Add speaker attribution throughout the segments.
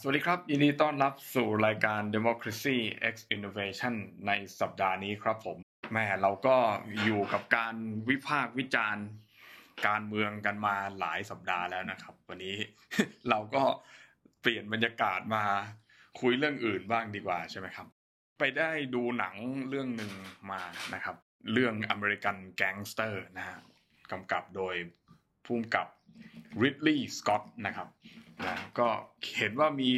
Speaker 1: สวัสดีครับ ยินดีต้อนรับสู่รายการ Democracy X Innovation ในสัปดาห์นี้ครับผมแม่เราก็อยู่กับการวิพากษ์วิจารณ์การเมืองกันมาหลายสัปดาห์แล้วนะครับ วันนี้ เราก็เปลี่ยนบรรยากาศมาคุยเรื่องอื่นบ้างดีกว่าใช่ไหมครับ ไปได้ดูหนังเรื่องหนึ่งมานะครับ เรื่อง American Gangster นะฮะกำกับโดยผู้กำกับ Ridley Scott นะครับ นะก็เห็นว่ามี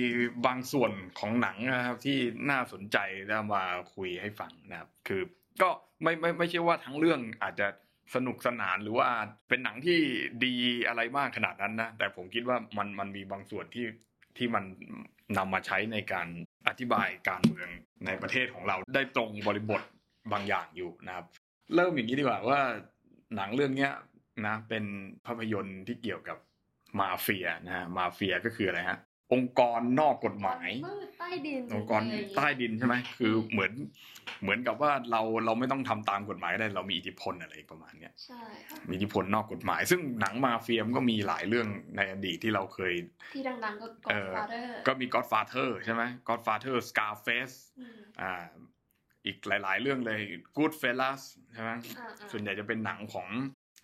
Speaker 1: บางส่วนของหนังนะครับที่น่าสนใจแล้วมาคุยให้ฟังนะครับ คือก็ไม่ไม่ไม่ใช่ว่าทั้งเรื่องอาจจะสนุกสนานหรือว่าเป็นหนังที่ดีอะไรมากขนาดนั้นนะแต่ผมคิดว่ามันมันมีบางส่วนที่ที่มันนำมาใช้ในการอธิบายการเมืองในประเทศของเราได้ตรงบริบทบางอย่างอยู่นะครับ เริ่มอย่างนี้ดีกว่าว่าหนังเรื่องเนี้ยนะเป็นภาพยนตร์ที่เกี่ยวกับมาเฟียนะฮะมาเฟียก็คืออะไรฮะองค์กรนอกกฎหมาย
Speaker 2: มืดใต้ดิน
Speaker 1: องค์กรใต้ดินใช่ไหมคือเหมือนเหมือนกับว่าเราเราไม่ต้องทำตามกฎหมายก็ได้เรามีอิทธิพลอะไรประมาณเนี้ย
Speaker 2: ใช่ค่ะ
Speaker 1: มีอิทธิพลนอกกฎหมาย ซึ่งหนังมาเฟียมนก็มีหลายเรื่องในอดีตที่เราเคย
Speaker 2: ที่ดังๆก็
Speaker 1: เออ
Speaker 2: Godfather
Speaker 1: ก็มี Godfather ใช่ไหม Godfather Scarface
Speaker 2: อืม
Speaker 1: อ่าอีกหลาย ๆ เรื่องเลย Goodfellas ใช่ไหม
Speaker 2: อ่าๆ
Speaker 1: ส่วนใหญ่จะเป็นหนังของ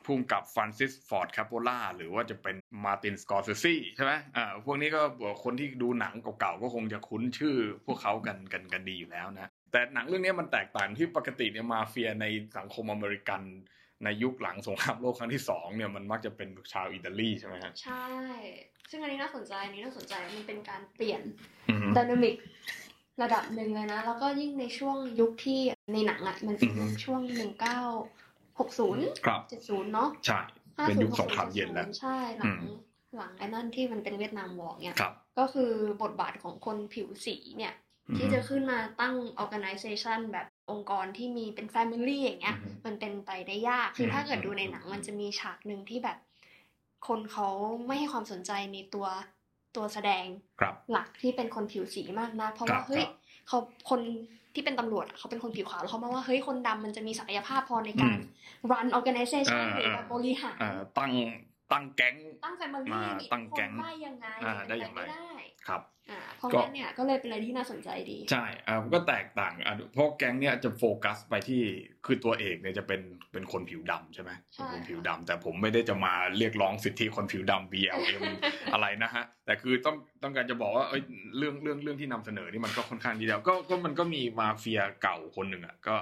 Speaker 1: พุ่มกับฟรานซิสฟอร์ดคาโปล่าหรือว่าจะเป็นมาร์ตินสกอร์เซซีใช่ไหมอ่าพวกนี้ก็คนที่ดูหนังเก่าๆ ก็คงจะคุ้นชื่อพวกเขากันกันกันดีอยู่แล้วนะ แต่หนังเรื่องนี้มันแตกต่างที่ปกติเนี่ยมาเฟียในสังคมอเมริกัน ในยุคหลังสงครามโลกครั้งที่สองเนี่ยมันมักจะเป็นชาวอิตาลีใช่ไหมฮะ
Speaker 2: ใช่ ซึ่งอันนี้น่าสนใจ อันนี้น่าสนใจ มันเป็นการเปลี่ยน
Speaker 1: อืม
Speaker 2: ดินามิกระดับหนึ่งเลยนะ แล้วก็ยิ่งในช่วงยุคที่ในหนังอ่ะ มันเป็น
Speaker 1: อืม
Speaker 2: ช่วง 1960
Speaker 1: ครับ
Speaker 2: 70 เนาะ
Speaker 1: ใช่
Speaker 2: 50
Speaker 1: เป็นยุคสงครามเย็นแล้ว
Speaker 2: ใช่หลังหลังไอ้นั่นที่มันเป็นเวียดนามวอร์เนี่ย
Speaker 1: ครับ
Speaker 2: ก็คือบทบาทของคนผิวสีเนี่ย
Speaker 1: อืม
Speaker 2: ที่จะขึ้นมาตั้ง organization แบบองค์กรที่มีเป็น family อย่างเงี้ย
Speaker 1: อือฮึ
Speaker 2: มันเป็นไปได้ยาก คือ
Speaker 1: ม
Speaker 2: ถ้าเกิดดูในหนังมันจะมีฉากหนึ่งที่แบบ คนเขาไม่ให้ความสนใจในตัวตัวแสดง
Speaker 1: ครับ
Speaker 2: หลักที่เป็นคนผิวสีมากนะ เพราะว่า
Speaker 1: ครับ
Speaker 2: เฮ้ย
Speaker 1: ครับ
Speaker 2: เขาคนที่เป็นตำรวจอะเขาเป็นคนผิวขาวแล้วเขามาว่าเฮ้ยคนดำมันจะมีศักยภาพพอในการ run organization
Speaker 1: อ่า
Speaker 2: หรือแบบ
Speaker 1: อ่า
Speaker 2: บริหาร
Speaker 1: อ่าตั้งตั้งแก๊ง
Speaker 2: ตั้ง family
Speaker 1: มา
Speaker 2: มี
Speaker 1: ตั้ง
Speaker 2: คน
Speaker 1: แก๊ง
Speaker 2: ได้ยังไง
Speaker 1: อ่าได้อย่างไร
Speaker 2: ม่ด้
Speaker 1: ครับ
Speaker 2: อ่าเพราะ
Speaker 1: ก็
Speaker 2: งั้นเนี่ยก็เลยเป็นอะไรที่น่าสนใจดี
Speaker 1: ใช่อ่ามันก็แตกต่างอ่ะเพราะแก๊งเนี่ยจะโฟกัสไปที่ คือตัวเอกเนี่ยจะเป็น เป็นคนผิวดำใช่ไหม
Speaker 2: ใช่
Speaker 1: เป็นคนผิวดำแต่ผมไม่ได้จะมาเรียกร้องสิทธิคนผิวดำ BLM อะไรนะฮะ แต่คือต้อง ต้องการจะบอกว่า เอ้ย เรื่อง เรื่อง เรื่องที่นำเสนอนี่มันก็ค่อนข้างดีแล้ว ก็ ก็มันก็มีมาเฟียเก่าคนหนึ่งอ่ะ ก็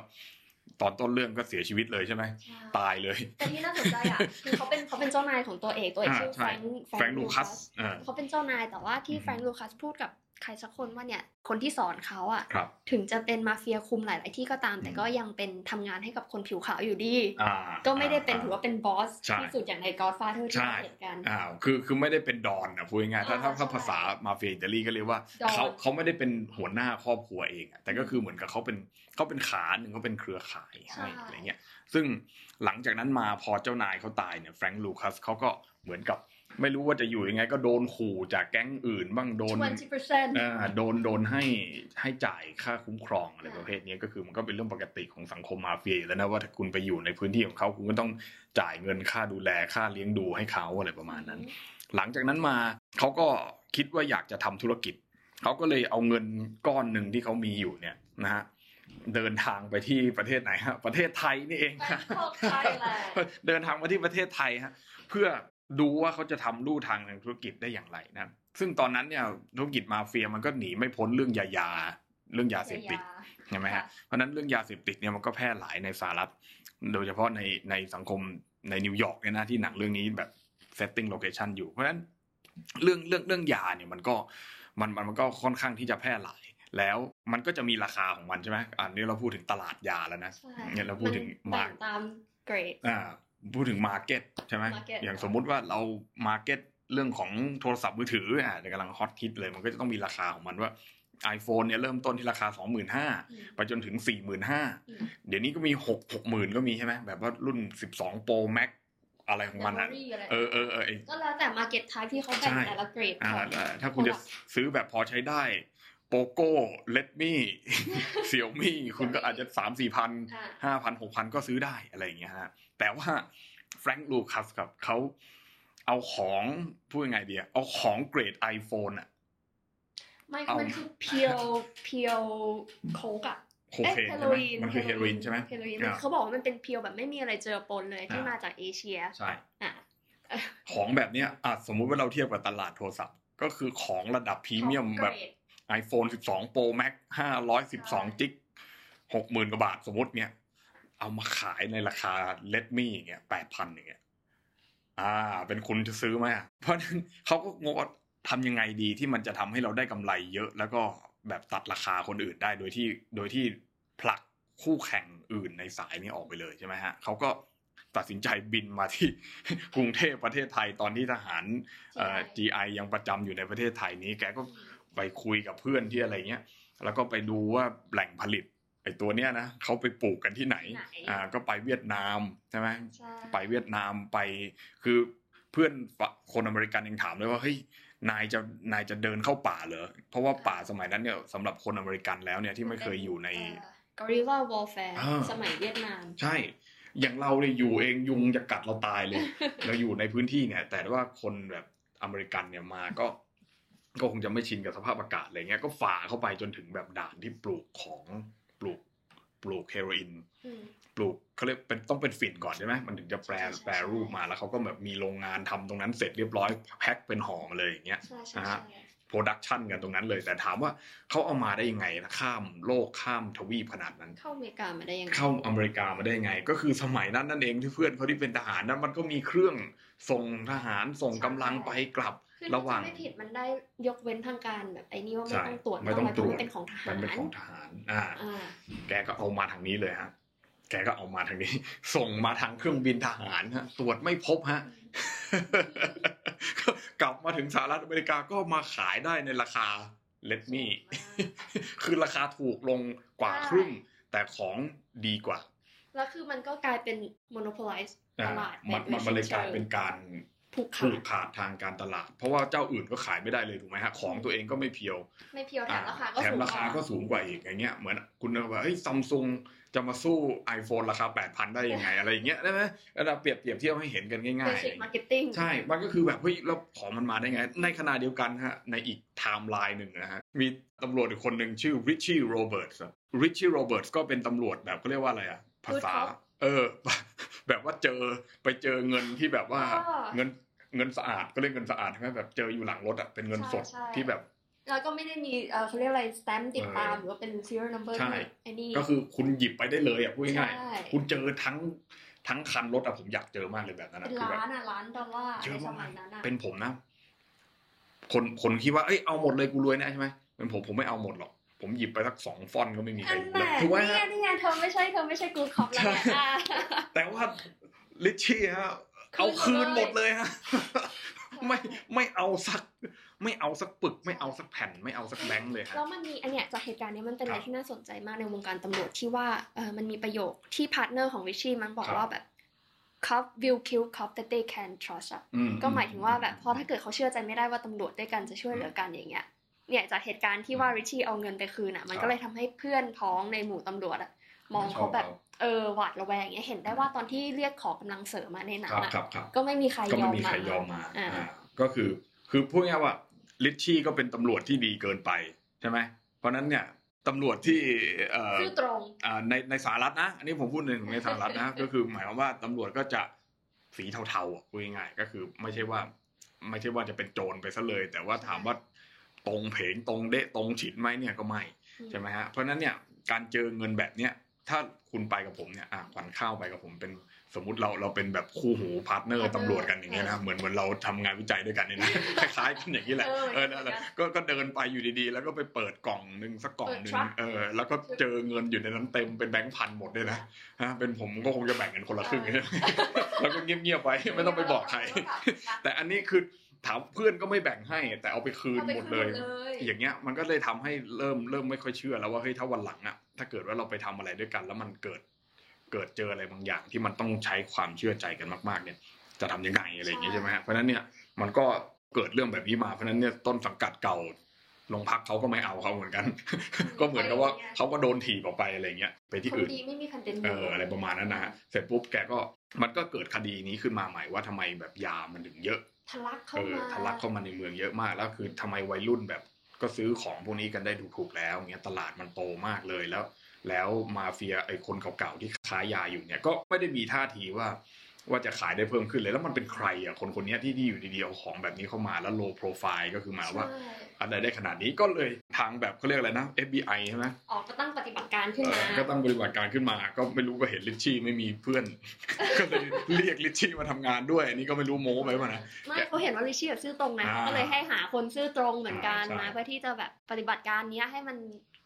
Speaker 1: ตอนต้นเรื่องก็เสียชีวิตเลยใช่ไหม
Speaker 2: ใช่
Speaker 1: ตายเลย
Speaker 2: แต่ที่น่าสนใจอ่ะ คือเขาเป็นเขาเป็นเจ้านายของตัวเอกตัวเอก
Speaker 1: อ่า
Speaker 2: ชื่อ
Speaker 1: ใช่
Speaker 2: แฟรงค์
Speaker 1: แฟรงค์ลูคัสอ่า
Speaker 2: เขาเป็นเจ้านายแต่ว่าที่
Speaker 1: อืม
Speaker 2: แฟรงค์ลูคัสพูดกับใครสักคนว่าเนี่ยคนที่สอนเขาอ่ะ
Speaker 1: ครับ
Speaker 2: ถึงจะเป็นมาเฟียคุมหลาย ๆ ที่ก็ตาม แต่
Speaker 1: อืม
Speaker 2: ก็ยังเป็นทำงานให้กับคนผิวขาวอยู่ดี
Speaker 1: อ่า
Speaker 2: ก็ไม่ได้เป็นถือว่าเป็นบอส
Speaker 1: ใช่
Speaker 2: ที่สุดอย่างใน Godfather ที่
Speaker 1: ใช่
Speaker 2: เราเห็นกัน
Speaker 1: อ้าวคือ คือไม่ได้เป็นดอนอ่ะพูดง่ายๆถ้าถ้า
Speaker 2: อ่า
Speaker 1: ถ้า
Speaker 2: ใช่
Speaker 1: ภาษามาเฟียอิตาลีก็เรียกว่า
Speaker 2: ดอน
Speaker 1: เขาเขาไม่ได้เป็นหัวหน้าครอบครัวเองอะแต่ก็คือเหมือนกับเขาเป็นเขาเป็นขาหนึ่งเขาเป็นเครือข่ายให้อะไรเงี้ย ซึ่งหลังจากนั้นมาพอเจ้านายเขาตายเนี่ยแฟรงค์ลูคัสเขาก็เหมือนกับไม่รู้ว่าจะอยู่ยังไง ก็โดนขู่จากแก๊งอื่นบ้างโดน
Speaker 2: 20%
Speaker 1: อ่าโดนโดนให้ให้จ่ายค่าคุ้มครองอะไรประเภทนี้ก็คือมันก็เป็นเรื่องปกติของสังคมมาเฟียอยู่แล้วนะว่าถ้าคุณไปอยู่ในพื้นที่ของเขาคุณก็ต้องจ่ายเงินค่าดูแลค่าเลี้ยงดูให้เขาอะไรประมาณนั้น หลังจากนั้นมาเขาก็คิดว่าอยากจะทำธุรกิจ เขาก็เลยเอาเงินก้อนหนึ่งที่เขามีอยู่เนี่ยนะฮะเดินทางไปที่ประเทศไหนฮะประเทศไทยนี่เอง
Speaker 2: Bangkok Thailand
Speaker 1: เดินทางมาที่ประเทศไทยฮะเพื่อดูว่าเขาจะทำลู่ทางทางธุรกิจได้อย่างไรนะซึ่งตอนนั้นเนี่ยธุรกิจมาเฟียมันก็หนีไม่พ้นเรื่องยายาเรื่องยาเสพติด ใช่ไหมฮะ
Speaker 2: ค่ะ
Speaker 1: เพราะฉะนั้นเรื่องยาเสพติดเนี่ยมันก็แพร่หลายในสหรัฐ โดยเฉพาะในในสังคมในนิวยอร์กเนี่ยนะที่หนังเรื่องนี้แบบ setting location อยู่ เพราะฉะนั้นเรื่องเรื่องเรื่องยาเนี่ยมันก็มันมันมันก็ค่อนข้างที่จะแพร่หลาย แล้วมันก็จะมีราคาของมันใช่ไหมอันนี้เราพูดถึงตลาดยาแล้วนะ
Speaker 2: ใช่
Speaker 1: เนี่ยเราพูดถึง
Speaker 2: แบ่
Speaker 1: มาร์
Speaker 2: ตามเกรด
Speaker 1: อ่าพูดถึงมาร์เก็ตใช่ไหม
Speaker 2: market
Speaker 1: อย่างสมมุติว่าเรามาร์เก็ตเรื่องของโทรศัพท์มือถืออ่ะกำลังฮอตฮิตเลย มันก็จะต้องมีราคาของมันว่า iPhone เนี่ยเริ่มต้นที่ราคา 25,000 ไปจนถึง
Speaker 2: อืม
Speaker 1: 45,000 เดี๋ยวนี้ก็มี 6 60,000 ก็มีใช่ไหมแบบว่ารุ่น 12 Pro Max อะไรของมันอ่ะ
Speaker 2: Memory อะไร
Speaker 1: เออเออเออไอ้
Speaker 2: ก็แล้วแต่ market type ที่เขาแบ่ง
Speaker 1: ใช่
Speaker 2: แต่ละเกรด
Speaker 1: อ่า
Speaker 2: ของ
Speaker 1: แล้วถ้าคุณจะซื้อแบบพอใช้ได้โปโก้เลด มี่เสี่ยวมี่ คุณก็อาจจะสามสี่พัน
Speaker 2: อ่า
Speaker 1: ห้าพันหกพันก็ซื้อได้อะไรอย่างเงี้ยฮะแต่ว่าแฟรงค์ลูคัสครับเขาเอาของพูดยังไงดีอะเอาของเกรด iPhone อะ
Speaker 2: ไม่
Speaker 1: เอามั
Speaker 2: มันคือเพียวเพียวโคกอะ
Speaker 1: โค
Speaker 2: เอ้ย
Speaker 1: เคน
Speaker 2: เฮโร
Speaker 1: ใช่ไหมมัน
Speaker 2: อีน
Speaker 1: คือเฮโรอีนใช่ไหม
Speaker 2: เฮโรอีน
Speaker 1: อ่า
Speaker 2: เขาบอกว่ามันเป็นเพียวแบบไม่มีอะไรเจือปนเลยที่
Speaker 1: อ่าม
Speaker 2: มาจากเอเชีย
Speaker 1: ใช่
Speaker 2: อ่ะ
Speaker 1: ของแบบเนี้ยอ่ะสมมุติว่าเราเทียบกับตลาดโทรศัพท์ ก็คือของระดับพรีเมียมแบบ iPhone 12 Pro Max 512จิก60,000 กว่าบาทสมมติเนี่ย เอามาขายในราคา Redmi อย่างเงี้ย8,000อย่างเงี้ยอ่า เป็นคุณจะซื้อไหมอ่ะเพราะฉะนั้น เขาก็งงว่าทำยังไงดีที่มันจะทำให้เราได้กำไรเยอะ แล้วก็แบบตัดราคาคนอื่นได้โดยที่โดยที่ผลักคู่แข่งอื่นในสายนี้ออกไปเลยใช่ไหมฮะเขาก็ตัดสินใจบินมาที่ กรุงเทพประเทศไทยตอนที่ทหารเอ่อ GI ยังประจำอยู่ในประเทศไทยนี้แกก็ ไปคุยกับเพื่อนที่อะไรเงี้ย แล้วก็ไปดูว่าแหล่งผลิตไอ้ตัวเนี้ยนะเขาไปปลูกกันที่ไหน
Speaker 2: ไหน
Speaker 1: อ่า ก็ไปเวียดนามใช่ไหม
Speaker 2: ใช่
Speaker 1: ไปเวียดนามไป คือเพื่อนฝคนอเมริกันยังถามเลยว่าเฮ้ยนายจะนายจะเดินเข้าป่าเหรอ เพราะว่าป่าสมัยนั้นเนี่ยสำหรับคนอเมริกันแล้วเนี่ยที่ไม่เคยอยู่ใน
Speaker 2: กอริลลาวอลแฟร์
Speaker 1: อ่า
Speaker 2: สมัยเวียดนาม
Speaker 1: ใช่ อย่างเราเนี่ยอยู่เองยุงจะกัดเราตายเลย เราอยู่ในพื้นที่เนี่ย แต่ว่าคนแบบอเมริกันเนี่ยมาก็ ก็คงจะไม่ชินกับสภาพอากาศอะไรเงี้ย ก็ฝ่าเข้าไปจนถึงแบบด่านที่ปลูกของปลูกปลูกเฮโรอีน
Speaker 2: อืม
Speaker 1: ปลูกเขาเรียกเป็นต้องเป็นฝิ่นก่อนใช่ไหมมันถึงจะแปร
Speaker 2: ใช่ใช่
Speaker 1: แปรรูปมาแล้วเขาก็แบบมีโรงงานทำตรงนั้นเสร็จเรียบร้อยแพ็คเป็นห่อมาเลยอย่างเงี้ย
Speaker 2: ใช่ใช่
Speaker 1: อ่าฮะ
Speaker 2: ใช่
Speaker 1: โปรดักชันกันตรงนั้นเลย แต่ถามว่าเขาเอามาได้ยังไงนะข้ามโลกข้ามทวีปขนาดนั้น
Speaker 2: เข้าอเมริกามาได้ยังไง
Speaker 1: เข้าอเมริกามาได้ยังไง ก็คือสมัยนั้นนั่นเองที่เพื่อนเขาที่เป็นทหารนั้นมันก็มีเครื่องส่งทหารส่งกำลังไปกลับ
Speaker 2: คือถ้า
Speaker 1: ระหว่าง
Speaker 2: จำไม่ผิดมันได้ยกเว้นทางการแบบไอ้นี่ว่าไม่
Speaker 1: ใช่
Speaker 2: ต้องตรวจ
Speaker 1: ไม่ต้อง
Speaker 2: เพาะ
Speaker 1: ตรวจ
Speaker 2: มันเป็นของทหา
Speaker 1: มั
Speaker 2: ร
Speaker 1: นเป็นของทหารอ่า
Speaker 2: อ่า
Speaker 1: แกก็เอามาทางนี้เลยฮะ แกก็เอามาทางนี้ ส่งมาทางเครื่องบินทหารฮะ ตรวจไม่พบฮะ กลับมาถึงสหรัฐอเมริกาก็มาขายได้ในราคาเลดมี่ คือราคาถูกลงกว่าครึ่ง แต่ของดีกว่า
Speaker 2: แล้วคือมันก็กลายเป็น monopolize
Speaker 1: อ่า
Speaker 2: ตลาด
Speaker 1: มันมันมันเลยกลายเป็นการ
Speaker 2: ผูก
Speaker 1: ผู
Speaker 2: ขาก ด
Speaker 1: ขาดทางการตลาด เพราะว่าเจ้าอื่นก็ขายไม่ได้เลยถูกไหมฮะ ของตัวเองก็ไม่เพียว
Speaker 2: ไม่เพียวแถมราคาก็
Speaker 1: แถม
Speaker 2: สูง
Speaker 1: ราคาก็สูงกว่าอีกอย่างเงี้ยเหมือนคุณเอาว่าเฮ้ยซัมซุงจะมาสู้ iPhone ราคา 8,000 ได้ยังไง อะไรอย่างเงี้ยได้ไหมแล้วเราเปรียบเปรียบเทียบให้เห็นกันง่ายๆ
Speaker 2: เบ
Speaker 1: อะไรอก
Speaker 2: สิ
Speaker 1: ย่างเงี้ย
Speaker 2: มาร์เก็ตติ้ง
Speaker 1: ใช่ มันก็คือแบบเฮ้ยแล้วของมันมาได้ไง ในขณะเดียวกันฮะในอีกไทม์ไลน์หนึ่งนะฮะมีตำรวจอีกคนหนึ่งชื่อริชชี่โรเบิร์ตริชชี่โรเบิร์ตก็เป็นตำรวจแบบก็เรียกว่าอะไรอะภาษา เออ แบบว่าเจอไปเจอเงินที่แบบว่า เงินเงินสะอาดก็เรียกเงินสะอาดใช่ไหมแบบเจออยู่หลังรถอะเป็นเงินสดที่แบบ
Speaker 2: แล้วก็ไม่ได้มีเอ่อเขาเรียกอะไร stamp ติดตาม
Speaker 1: เออ
Speaker 2: หรือว่าเป็น serial number
Speaker 1: ใช่
Speaker 2: ไอ้นี่
Speaker 1: ก็คือคุณหยิบไปได้เลยอ่ะพูดง่าย
Speaker 2: ใช่
Speaker 1: ๆคุณเจอทั้งทั้งคันรถอ่ะผมอยากเจอมากเลยแบบนั้นอะ
Speaker 2: เป็น
Speaker 1: คือแบบ
Speaker 2: ล้านอ่ะล้านดอลลาร์
Speaker 1: เย
Speaker 2: ใน
Speaker 1: อะ
Speaker 2: ส
Speaker 1: มาก
Speaker 2: มัยนั้นอ่ะ
Speaker 1: เป็นผมนะ คนคนคิดว่าเอ้ยเอาหมดเลยกูรวยแน่ใช่ไหมเป็นผมผมไม่เอาหมดหรอก ผมหยิบไปสักสองฟอนต์ก็ไม่มีใคร
Speaker 2: อัน
Speaker 1: รู้
Speaker 2: แห
Speaker 1: เลย
Speaker 2: ละ
Speaker 1: ถูกไหมฮะ
Speaker 2: เนี่ยเนี่ยเธอไม่ใช่เธอไม่ใช่ good cop แล้วเนี่ย
Speaker 1: ใช่
Speaker 2: อ่ะ
Speaker 1: แต่ว่าลิชชี่ฮะเอาคืนหมดเลยฮะ ไม่ไม่เอาสัก ไม่เอาสักปึก ไม่เอาสักแผ่น ไม่เอาสักแบงค์เลยฮะ
Speaker 2: แล้วมันมีอันเนี้ยจากเหตุการณ์เนี้ยมันเป็นอะไร
Speaker 1: ครับ
Speaker 2: ที่น่าสนใจมากในวงการตำรวจที่ว่าเออมันมีประโยคที่พาร์ทเนอร์ของริชชี่มันบอก
Speaker 1: ครับ
Speaker 2: ว่าแบบ cop will kill cop that they can trust อะ
Speaker 1: อื
Speaker 2: ก็หมายถึงว่าแบบพอถ้าเกิดเขาเชื่อใจไม่ได้ว่าตำรวจด้วยกันจะช่วยเหลือกันอย่างเงี้ยเนี่ยจากเหตุการณ์ที่ว่าริชชี่เอาเงินไปคืนอะมันก็เลยทำให้เพื่อนพ้องในหมู่ตำรวจอะมองเขาแบบเออหวาดระแวงอย่างเงี้ยเห็นได้ว่าตอนที่เรียกขอกำลังเสริมมาในหนั
Speaker 1: ค
Speaker 2: ง
Speaker 1: รับ
Speaker 2: อะ
Speaker 1: ครับครับ
Speaker 2: ก็ไม่มีใคร
Speaker 1: ก็
Speaker 2: ย
Speaker 1: ไม่
Speaker 2: อม
Speaker 1: มี
Speaker 2: มา
Speaker 1: ใครยอมมา
Speaker 2: อ่า
Speaker 1: อ่าก็คือ คือพูดง่ายๆว่าลิชชี่ก็เป็นตำรวจที่ดีเกินไปใช่ไหม เพราะนั้นเนี่ยตำรวจที่เอ่อ
Speaker 2: ซื่อตรง
Speaker 1: อ่าในในสหรัฐนะ อันนี้ผมพูดหนึ่งในสหรัฐ นะ ก็คือหมายความว่าตำรวจก็จะสีเทาๆอ่ะพูดง่ายๆก็คือไม่ใช่ว่า ไม่ใช่ว่าจะเป็นโจรไปซะเลย แต่ว่าถามว่าตรงเพงตรงเดะตรงฉินไหมเนี่ยก็ไม่ ใช่ไหมฮะ เพราะฉะนั้นเนี่ยการเจอเงินแบบเนี้ยถ้าคุณไปกับผมเนี่ยอ่ะขวัญข้าวไปกับผมเป็นสมมติเราเราเป็นแบบคู่หูพาร์ทเนอร์
Speaker 2: Partner
Speaker 1: ตำรวจกันอย่างเงี้ยนะเหมือนเหมือนเราทำงานวิจัยด้วยกันเนี่ยนะ ค ล้ายๆกันอย่างนี้แหละ
Speaker 2: เออ
Speaker 1: เออนั่นแหละก็ก็เดินไปอยู่ดีๆ แล้วก็ไปเปิดกล่องหนึ่งสักกล่องหนึ่ง
Speaker 2: เปิด truck
Speaker 1: เออแล้วก็เจอเงินอยู่ในนั้นเต็มเป็นแบงค์พันหมดเลยนะฮะเป็นผมก็คงจะแบ่งกันคนละครึ่งใช่ไหม แล้วก็เงียบๆไปไม่ต้องไปบอกใคร แต่อันนี้คือถามเพื่อนก็ไม่แบ่งให้ แต่เอาไปคืน
Speaker 2: อาไป
Speaker 1: หมด
Speaker 2: คืน
Speaker 1: เลย
Speaker 2: ย
Speaker 1: อย่างเงี้ยมันก็เลยทำให้เริ่มเริ่มไม่ค่อยเชื่อแล้วว่าเฮ้ยถ้าวันหลังอะถ้าเกิดว่าเราไปทำอะไรด้วยกัน แล้วมันเกิดเกิดเจออะไรบางอย่าง ที่มันต้องใช้ความเชื่อใจกันมากๆเนี่ย จะทำยังไงอะไรอย่างเงี้ย
Speaker 2: ใช่
Speaker 1: ใช่ไหมฮะเพราะฉะนั้นเนี่ยมันก็เกิดเรื่องแบบนี้มาเพราะฉะนั้นเนี่ยต้นสังกัดเก่าโรงพักเขาก็ไม่เอาเขาเหมือน กัน ก็เหมือนกับว่าเขาก็โดนถีบออกไปอะไรเงี้ยไปที่
Speaker 2: คน
Speaker 1: อื่น
Speaker 2: ดีไม่มีคันเป็น
Speaker 1: เอ
Speaker 2: มื
Speaker 1: ออะไรประมาณนั้นนะฮะเสร็จปุ๊บแกก็มันก็เกิดคดีนี้ขึ้นมาใหม่ว่าทำไมแบบยามันถึงเยอะ
Speaker 2: ทะลักเข้า
Speaker 1: เออ
Speaker 2: มา
Speaker 1: ทะลักเข้ามาในเมืองเยอะมากแล้วคือทำไมวัยรุ่นแบบ ก็ซื้อของพวกนี้กันได้ถูกๆแล้วเงี้ยตลาดมันโตมากเลยแล้ว แล้วมาเฟียไอ้คนเก่าๆที่ค้ายาอยู่เนี่ยก็ไม่ได้มีท่าทีว่า ว่าจะขายได้เพิ่มขึ้นเลยแล้วมันเป็นใครอ่ะคนคนเนี้ยที่ที่อยู่ดีๆเอาของแบบนี้เข้ามาแล้วโลโปรไฟล์ก็คือหมายว่า
Speaker 2: ใช่
Speaker 1: อะไรได้ขนาดนี้ก็เลยทางแบบเขาเรียกอะไรนะ FBI ใช่ไหม
Speaker 2: ออกก็ตั้งปฏิบัติการขึ้น
Speaker 1: เอ
Speaker 2: มา
Speaker 1: อก็ตั้งปฏิบัติการขึ้นมา ก็ไม่รู้ก็เห็นลิชชี่ไม่มีเพื่อน ก็เลยเรียกลิชชี่มาทำงานด้วยอันนี้ก็ไม่รู้โม้ไปป่ะนะ
Speaker 2: ไม่เขาเห็นว่าลิชี่แบบซื่อตรงนะ
Speaker 1: อ่า
Speaker 2: ก็เลยให้หาคนซื่อตรงเหมือนกัน
Speaker 1: อ่า
Speaker 2: นะ
Speaker 1: ใช่
Speaker 2: เพื่อที่จะแบบปฏิบัติการเนี้ยให้มัน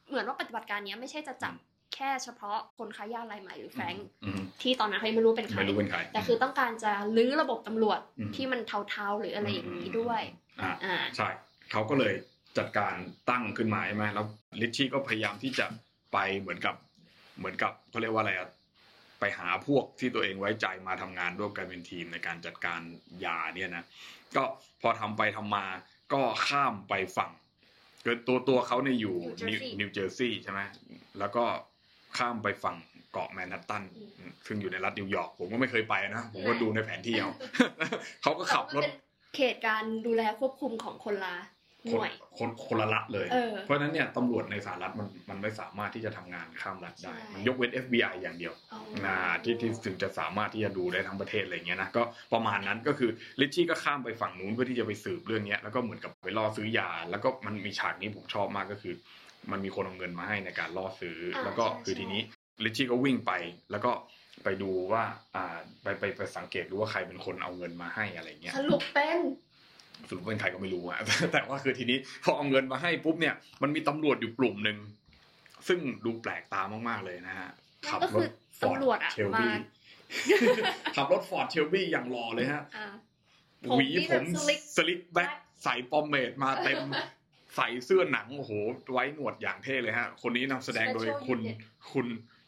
Speaker 2: เหมือนว่าปฏิบัติการเนี้ยไม่ใช่จะจับ
Speaker 1: อืม
Speaker 2: แค่เฉพาะคนค้ายารายใหม่หรือแฟรงค์
Speaker 1: อืม
Speaker 2: ที่ตอนนั้นเขายังไม่รู้เป็นใคร
Speaker 1: ไม่รู้เป็นใคร
Speaker 2: แต่คือต้องการจะลื้อระบบตำรวจ
Speaker 1: อืม
Speaker 2: ที่มันเทาๆหรืออะไรอย่างนี้ด้วย
Speaker 1: อ่า
Speaker 2: อ่า
Speaker 1: ใช่เขาก็เลยจัดการตั้งขึ้นมาใช่ไหมแล้วลิชชี่ก็พยายามที่จะไปเหมือนกับเหมือนกับเขาเรียกว่าอะไรอะไปหาพวกที่ตัวเองไว้ใจมาทำงานร่วมกันเป็นทีมในการจัดการยาเนี่ยนะก็พอทำไปทำมาก็ข้ามไปฝั่งเกิดตัวตัวเขาเนี่ยอยู่นิวนิวเจอร์ซีย์ใช่ไหมแล้วก็ข้ามไปฝั่งเกาะแมนฮัตตันซึ่งอยู่ในรัฐนิวยอร์กผมก็ไม่เคยไปนะผมก็ดูในแผนที่ เอา เขาก็ขับรถ
Speaker 2: แต่ว่ามันเป็นเขตการดูแลควบคุมของคนละห
Speaker 1: คน
Speaker 2: น่วย
Speaker 1: คนคนละรัฐเลย
Speaker 2: เออ
Speaker 1: เพราะฉะนั้นเนี่ยตำรวจในสหรัฐมันมันไม่สามารถที่จะทำงานข้ามรัฐได้
Speaker 2: ใช่
Speaker 1: มันยกเว้น FBI อย่างเดียว
Speaker 2: อ๋อ
Speaker 1: นะที่ที่ถึงจะสามารถที่จะดูได้ทั้งประเทศอะไรอย่างเงี้ยนะก็ประมาณนั้นก็คือลิชชี่ก็ข้ามไปฝั่งนู้นเพื่อที่จะไปสืบเรื่องเนี้ยแล้วก็เหมือนกับไปล่อซื้อยา แล้วก็มันมีฉากนี้ผมชอบมากก็คือ มันมีคนเอาเงินมาให้ในการล่อซื้ออา แล้วก็
Speaker 2: ใช่
Speaker 1: คือ
Speaker 2: ใช่
Speaker 1: ทีนี้ลิชชี่ก็วิ่งไปแล้วก็ไปดูว่าอ่าไปไปไปสังเกตดูว่าใครเป็นคนเอาเงินมาให้อะไรอย่างเงี้ย
Speaker 2: สรุปเป็น
Speaker 1: สรุปเป็นใครก็ไม่รู้อะ แต่ว่าคือทีนี้พอเอาเงินมาให้ปุ๊บเนี่ย มันมีตำรวจอยู่กลุ่มหนึ่ง ซึ่งดูแปลกตามากๆเลยนะฮะ ขับ
Speaker 2: ก็
Speaker 1: ร
Speaker 2: คือ
Speaker 1: ถฟอร์
Speaker 2: ตำรวจ
Speaker 1: ด
Speaker 2: อ่ะ
Speaker 1: เชล
Speaker 2: มา
Speaker 1: บี้ ขับรถฟอร์ดเชลบี้อย่างรอเลยฮะ
Speaker 2: อ่า
Speaker 1: หวี
Speaker 2: ผมนี่
Speaker 1: ผ
Speaker 2: แบบ
Speaker 1: ม
Speaker 2: สลิก
Speaker 1: สลิปแบ็คใส่ปอมเมดมาเต็ม ใส่เสื้อหนัง โอ้โห ไว้หนวดอย่างเท่เลยฮะ คนนี้นำแสดงโดยคุณ คุณ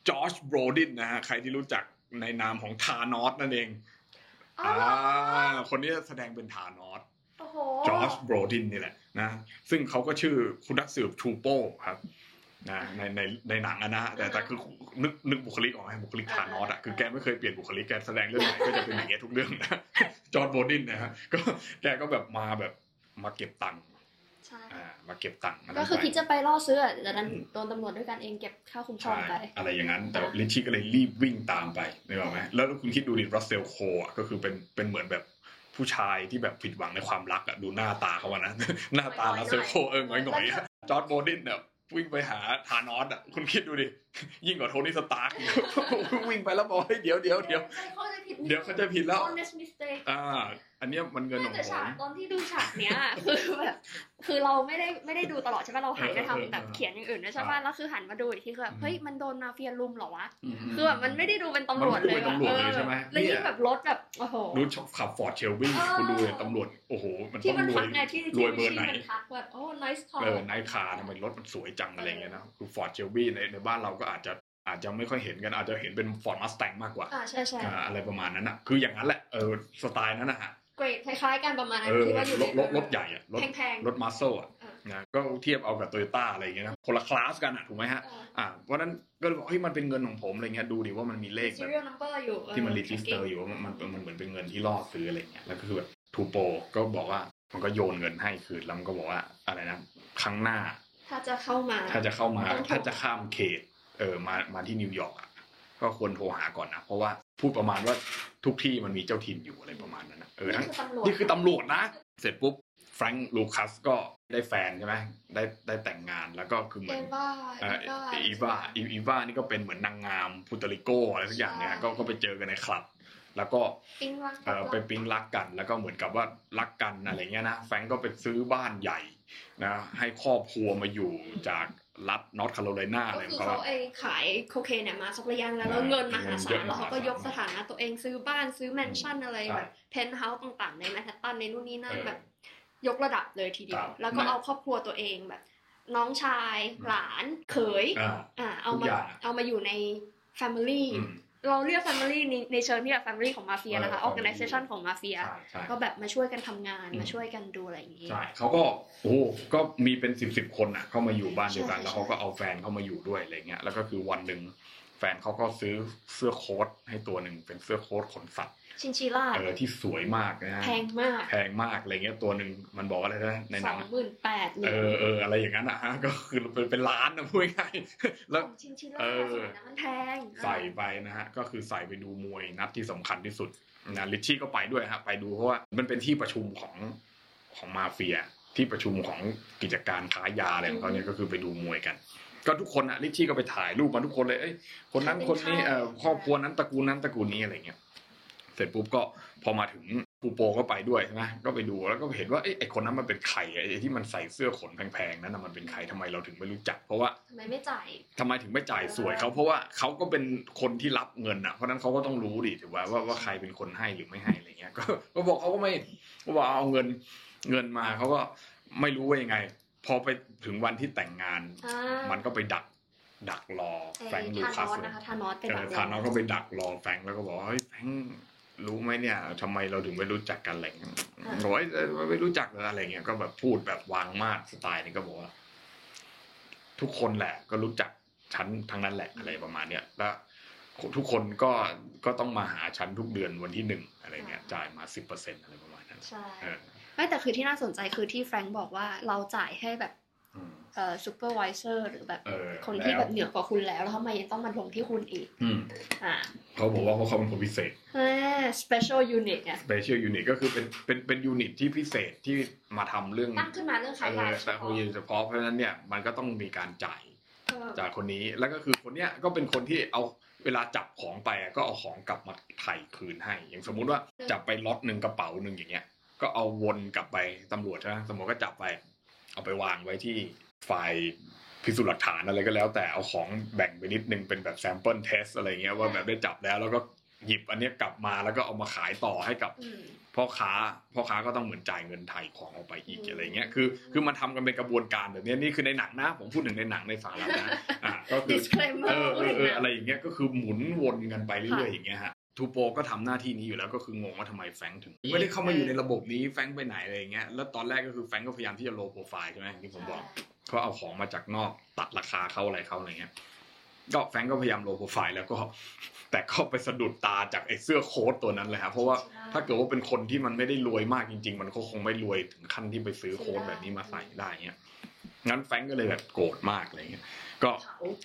Speaker 1: จอร์จโบรดินนะฮะ ใครที่รู้จักในนามของทานอสนั่นเอง
Speaker 2: อ๋อ
Speaker 1: อ่า
Speaker 2: เหรอ
Speaker 1: คนนี้แสดงเป็นทานอส
Speaker 2: โอ้โห
Speaker 1: จอร์จโบรดินนี่แหละนะซึ่งเขาก็ชื่อคุณนักสืบชูโป้ครับนะในในในหนังอะนะแต่แต่คือนึกนึกบุคลิกออกไหมบุคลิกฐานอสอะคือแกไม่เคยเปลี่ยนบุคลิกแกแสดงเรื่องไหนก็จะเป็นอย่างเงี้ยทุกเรื่องนะ จอร์จโบรดินนะฮะก็แกก็แบบมาแบบมาเก็บตังค์
Speaker 2: ใช่
Speaker 1: อ่ามาเก็บตังค์นนั้น
Speaker 2: ก็คือ
Speaker 1: ไป
Speaker 2: คิดจะไปล่อซื้อแต่นั้น
Speaker 1: อืม
Speaker 2: โดนตำรวจด้วยกันเองเก็บค่าคุ้มครอ
Speaker 1: ใช่
Speaker 2: งไป
Speaker 1: อะไรอย่างนั้น แต่ลิชชี่ก็เลยรีบวิ่งตามไปนึกออกไหมแล้วคุณคิดดูดิรัสเซลโคอะก็คือเป็นเป็นเหมือนแบบผู้ชายที่แบบผิดหวังในความรักอะดูหน้าตาเขาอะนะ หน้าตา
Speaker 2: หงอยๆ
Speaker 1: รัสเซลโคเออหงอยๆอะจอร์ดโบดินเนี่ยวิ่งไปหาธานอสอะคุณคิดดูดิ ยิ่งกว่าโทนี่สตาร์ก อีก วิ่งไปแล้วบอกให้ยเดี๋ยวเดี๋ยวเดี๋ยว
Speaker 2: เขาจะผิด
Speaker 1: เดี๋ยวเขาจะผิดแล้ว
Speaker 2: น honest mistake
Speaker 1: อ่า อันเนี้ยมันเงินของผ
Speaker 2: แต่ฉาม กตอนที่ดูฉากเนี้ย คือแบบคือเราไม่ได้ไม่ได้ดูตลอดใช่ไหมเราหันไป
Speaker 1: เออเออ
Speaker 2: ทำแบบ
Speaker 1: เออ
Speaker 2: เขียนอย่างอื่นด้วยใช่
Speaker 1: ครั
Speaker 2: ป่ะ
Speaker 1: บ
Speaker 2: แล้วคือหันมาดูอีกทีคือแบบ
Speaker 1: อืม
Speaker 2: เฮ้ยมันโดนมาเฟียลุมเหรอวะ
Speaker 1: อื
Speaker 2: คือแบบมันไม่ได้ดูเป็นตำรวจเลย
Speaker 1: มันไม่ได้เป็นตำรวจเลยใช่ไหม
Speaker 2: แล้ว
Speaker 1: เนี่
Speaker 2: ยิ่
Speaker 1: ย
Speaker 2: งแบบรถแบบโอ้โห
Speaker 1: ดูขับฟอร์ดเชลบี้
Speaker 2: เออ
Speaker 1: คุณดูเลยตำรวจโอ้โห มัน
Speaker 2: ที่
Speaker 1: ต้อง
Speaker 2: มัน
Speaker 1: รว
Speaker 2: ทั
Speaker 1: ย
Speaker 2: กไงที่
Speaker 1: ร
Speaker 2: ที่
Speaker 1: วยเบอร์ไหน
Speaker 2: ที่มันทักแบบโอ้ nice
Speaker 1: เออ
Speaker 2: car
Speaker 1: ไนท์คาร์ทำไมรถมันสวยจังอะไรเงี้ยนะคือฟอร์ดเชลบี้ในในบ้านเราก็อาจจะอาจจะไม่ค่อยเห็นกันอาจจะเห็นเป็นฟอร์ดมัสแตงมากกว่า
Speaker 2: อ่าใช่ใช่
Speaker 1: อ่าอะไรประมาณนั้นอ่ะคืออย่างนั้นแหละเออสไตล์นั้นนะฮะ
Speaker 2: เกรดคล้ายๆกันประมาณนั้
Speaker 1: เอน อ
Speaker 2: ที่ว่าอยู่
Speaker 1: ร
Speaker 2: ใน
Speaker 1: ถรถรถใหญ่อ่ะรถ
Speaker 2: แพงๆ
Speaker 1: รถมาโซอ่ะ
Speaker 2: เออ
Speaker 1: นะก็เทียบเอากับโตโยต้าอะไรเงี้ยนะคนละคลาสกันอ่ะถูกไหมฮะ
Speaker 2: เออ
Speaker 1: อ่าเพราะฉะนั้นก็เลยบอกเฮ้ยมันเป็นเงินของผมอะไรเงี้ยดูดิว่ามันมีเลขแบบ
Speaker 2: serial number อยู่เออ
Speaker 1: ที่มันรีจิสเตอร์อยู่ว่ามันมันมันเหมือนเป็นเงินที่ล่อซื้ออะไรเงี้ยแล้วก็คือแบบทูโปก็บอกว่ามันก็โยนเงินให้คืนแล้วมันก็บอกว่าอะไรนะครั้งหน้า
Speaker 2: ถ้าจะเข้ามา
Speaker 1: ถ้าจะเข้ามา
Speaker 2: ต้องโทร
Speaker 1: ถ้าจะข้ามเขต เออมามาที่นิวยอร์กอ่ะก็ควรโทรหาก่อนนะ เพราะว่าพูดประมาณว่าทุกที่มันมีเจ้าถิ่นอยู่อะไรประมาณนั้นนะเออทั้ง
Speaker 2: นี่
Speaker 1: นี่
Speaker 2: คือตำรวจ
Speaker 1: คือตำรวจนะ เสร็จปุ๊บแฟรงค์ลูคัสก็ได้แฟนใช่ไหมได้ได้แต่งงานแล้วก็คือเหมื
Speaker 2: เอ
Speaker 1: อน
Speaker 2: บ้า
Speaker 1: เอ่ออีวาอีอีวานี่ก็เป็นเหมือนนางงามพุตริโกอะไรสักอย่างเนี่ยก็ก็ไปเจอกันในคลับ แล้วก็
Speaker 2: อิงวัง
Speaker 1: เออไปปิ๊งรักกันแล้วก็เหมือนกับว่ารักกันอะไรเงี้ยนะแฟรงก์ก็ไปซื้อบ้านใหญ่นะให้ครอบครัวมาอยู่จากรัฐนอร์ทแคโรไลนาอะ
Speaker 2: ก็
Speaker 1: ไรขเขา
Speaker 2: คือองเขา
Speaker 1: อะ
Speaker 2: ไอขายโคเคนเนี่ยมาสักระยะแล้ว
Speaker 1: ใช่
Speaker 2: แล้วเงินมหาศา
Speaker 1: เงินเยอะ
Speaker 2: ลแล้วเขา
Speaker 1: มหาศา
Speaker 2: ก็
Speaker 1: ล
Speaker 2: ยกสถานะตัวเองซื้อบ้านซื้อแมนชั่นอะไร
Speaker 1: ใช่
Speaker 2: แบบเพนท์เฮาส์ต่างๆ ในแมนฮัตตันในนู่นนี่นั่น
Speaker 1: เออ
Speaker 2: แบบยกระดับเลยทีเดีย
Speaker 1: ครั
Speaker 2: ว
Speaker 1: บ
Speaker 2: แล้วก็
Speaker 1: นะ
Speaker 2: เอาครอบครัวตัวเองแบบ น้องชายหลานเขย
Speaker 1: อ่า
Speaker 2: อ่าเอา
Speaker 1: ทุ
Speaker 2: มาก
Speaker 1: อย่าง
Speaker 2: เอามาอยู่ใน Family
Speaker 1: อืม
Speaker 2: เราเรียก Family ในในเชิงที่แบบ Family ของมาเฟีย
Speaker 1: เออ
Speaker 2: นะคะ
Speaker 1: Family
Speaker 2: Organization ของมาเฟีย
Speaker 1: ใช่ใช่
Speaker 2: ก็แบบมาช่วยกันทำงาน
Speaker 1: อืม
Speaker 2: มาช่วยกันดูอะไรอย่างนี้
Speaker 1: ใช่เขาก็โอ้โหก็มีเป็นสิบสิบคนอ่ะเข้ามาอยู่บ้านเดียวกัน
Speaker 2: ใช่
Speaker 1: แล้วเขาก็
Speaker 2: ใช่
Speaker 1: เอาแฟนเข้ามาอยู่ด้วยอะไรเงี้ยแล้วก็คือวันหนึ่ง แฟนเขาก็ซื้อเสื้อโค้ทให้ตัวหนึ่งเป็นเสื้อโค้ทขนสัตว์
Speaker 2: ชินชิล่า
Speaker 1: เออที่สวยมากนะฮะ
Speaker 2: แพงมาก
Speaker 1: แพงมากอะไรเงี้ยตัวหนึ่งมันบอกว่าอะไรนะในห
Speaker 2: ส
Speaker 1: นั
Speaker 2: อง
Speaker 1: ง
Speaker 2: หมื่นแปดเล
Speaker 1: เอย อเอออะไรอย่างนั้นนะฮะ ก็คือเป็นเป็นล้านนะพูดง่ายๆแล้ว
Speaker 2: ของชินชิล่า
Speaker 1: เออ
Speaker 2: สมัยนั้นมันแพง
Speaker 1: ใส่ไปนะฮะก็คือใส่ไปดูมวยนัดที่สำคัญที่สุดนะลิชชี่ก็ไปด้วยฮะไปดูเพราะว่ามันเป็นที่ประชุมของของมาเฟีย ที่ประชุมของกิจการค้ายาอะไรของเขาเนี่ยก็คือไปดูมวยกัน ก็ทุกคนอะลิชชี่ก็ไปถ่ายรูปมาทุกคนเลยเอ้ยคนนั้นคนนี้เอ่อครอบครัวนั้นตระกูลนั้นตระกูลนี้อะไรเงี้ยเสร็จปุ๊บก็พอมาถึงปูโปก็ไปด้วยใช่ไหมก็ไปดูแล้วก็เห็นว่าเอ้ยไอคนนั้นมันเป็นใครไอ้ที่มันใส่เสื้อขนแพงๆนั้นน่ะมันเป็นใครทำไมเราถึงไม่รู้จักเพราะว่า
Speaker 2: ทำไมไม่จ่าย
Speaker 1: ทำไมถึงไม่จ่ายสวยเขาเพราะว่าเขาก็เป็นคนที่รับเงินอ่ะเพราะฉะนั้นเขาก็ต้องรู้ดิถือว่าว่าว่าใครเป็นคนให้หรือไม่ให้อะไรเงี้ยก็ก็บอกเขาก็ไม่ก็บอกเอาเงินเงินมาเขาก็ไม่รู้ว่ายังไง พอไปถึงวันที่แต่งงาน
Speaker 2: อ่า
Speaker 1: มันก็ไปดัก ดักรอแฟรงค์ลู
Speaker 2: ไอ้
Speaker 1: คั
Speaker 2: ทาน
Speaker 1: ส
Speaker 2: อส
Speaker 1: เลย
Speaker 2: นะคะทานอสเป็น
Speaker 1: เอ
Speaker 2: แบ
Speaker 1: อบ ทานอสก็ไปดักรอแฟรงค์แล้วก็บอกว่าเฮ้ยแฟรงค์รู้ไหมเนี่ยทำไมเราถึงไม่รู้จักกันอะไรเงี้ยบอกว่าเอ้ยไม่รู้จักเหรออะไรเงี้ยก็แบบพูดแบบวางมาดสไตล์นี่ก็บอกว่า ทุกคนแหละก็รู้จักฉันทั้งนั้นแหละอะไรประมาณเนี้ยแล้วทุกคนก็ก็ต้องมาหาฉันทุกเดือนวันที่หนึ่งอะไรเงี้ยจ่ายมาสิบเปอร์เซ็นอะไรประมาณนั้น
Speaker 2: ใช่
Speaker 1: เออ
Speaker 2: ไม่แต่คือที่น่าสนใจคือที่แฟรงค์บอกว่าเราจ่ายให้แบบ
Speaker 1: อืม
Speaker 2: เอ่อซูเปอร์วิเซอร์หรือแบบ
Speaker 1: เออ
Speaker 2: คนที่
Speaker 1: ล้ว
Speaker 2: แบบเหนือกว่าคุณแล้ว แล้วทำไมยังต้องมาลงที่คุณอีก
Speaker 1: อืม
Speaker 2: อ่า
Speaker 1: เขาบอกว่าเพราะเขาเป็นคนพิเศษ
Speaker 2: แม่ special unit เนี่ย
Speaker 1: special unit ก็คือเป็นเป็นเป็นยูนิตที่พิเศษที่มาทำเรื่อง
Speaker 2: ตั้งขึ้นมาเรื่อง
Speaker 1: เอ
Speaker 2: ขายยา
Speaker 1: อ
Speaker 2: เฉ
Speaker 1: แต่ค
Speaker 2: พาะ
Speaker 1: นยืนเฉพาะเพราะฉะนั้นเนี่ยมันก็ต้องมีการจ่าย
Speaker 2: เออ
Speaker 1: จากคนนี้แล้วก็คือคนเนี้ยก็เป็นคนที่เอาเวลาจับของไปอะก็เอาของกลับมาไถ่คืนให้ อย่างสมมุติว่าจับไปล็อตหนึ่งกระเป๋าหนึ่งอย่างเงี้ย ก็เอาวนกลับไปตำรวจใช่ไหมตำรวจก็จับไป เอาไปวางไว้ที่ฝ่ายพิสูจน์หลักฐานอะไรก็แล้ว แต่เอาของแบ่งไปนิดนึงเป็นแบบแซมเปิลเทสอะไรเงี้ยว่าแบบได้จับแล้วแล้วก็หยิบอันเนี้ยกลับมาแล้วก็เอามาขายต่อให้กับ
Speaker 2: อืม
Speaker 1: พ่อค้าพ่อค้าก็ต้องเหมือนจ่ายเงินไทยของออกไปอีก
Speaker 2: อืม
Speaker 1: อะไรเงี้ยคือ คือมันทำกันเป็นกระบวนการแบบเนี้ยนี่คือในหนังนะผมพูดถึงในหนังในสาระนะอ่ะก็ คือ
Speaker 2: disclaimer
Speaker 1: เออเอ
Speaker 2: พูด
Speaker 1: อ
Speaker 2: ถึง
Speaker 1: เออ
Speaker 2: นะ
Speaker 1: อะไรอย่างเงี้ยก็คือหมุนวนกันไปเรื่อยๆ
Speaker 2: ค่ะ
Speaker 1: อย่างเงี้ยฮะทูโปก็ทำหน้าที่นี้อยู่แล้วก็คืองงว่าทำไมแฟรงค์ถึง ไม่ได้เข้ามาอยู่ในระบบนี้แฟรงค์ไปไหนอะไรอย่างเงี้ยแล้วตอนแรกก็คือแฟรงค์ก็พยายามที่จะโลโปรไฟล์ใช่ไหมอย่างที่ผมบอก เขาเอาของมาจากนอกตัดราคาเขาอะไรเขาอะไรเงี้ย ก็แฟรงก์ก็พยายามโลว์โปรไฟล์แล้วก็ แต่ก็ไปสะดุดตาจากไอ้เสื้อโค้ทตัวนั้นเลยครับเพราะว่าถ้าเกิดว่าเป็นคนที่มันไม่ได้รวยมากจริง ๆ มันก็คงไม่รวยถึงขั้นที่ไปซื้อโค้ทแบบนี้มาใส่ได้เงี้ยงั้นแฟรงก์ก็เลยแบบโกรธมากอะไรเงี้ยก็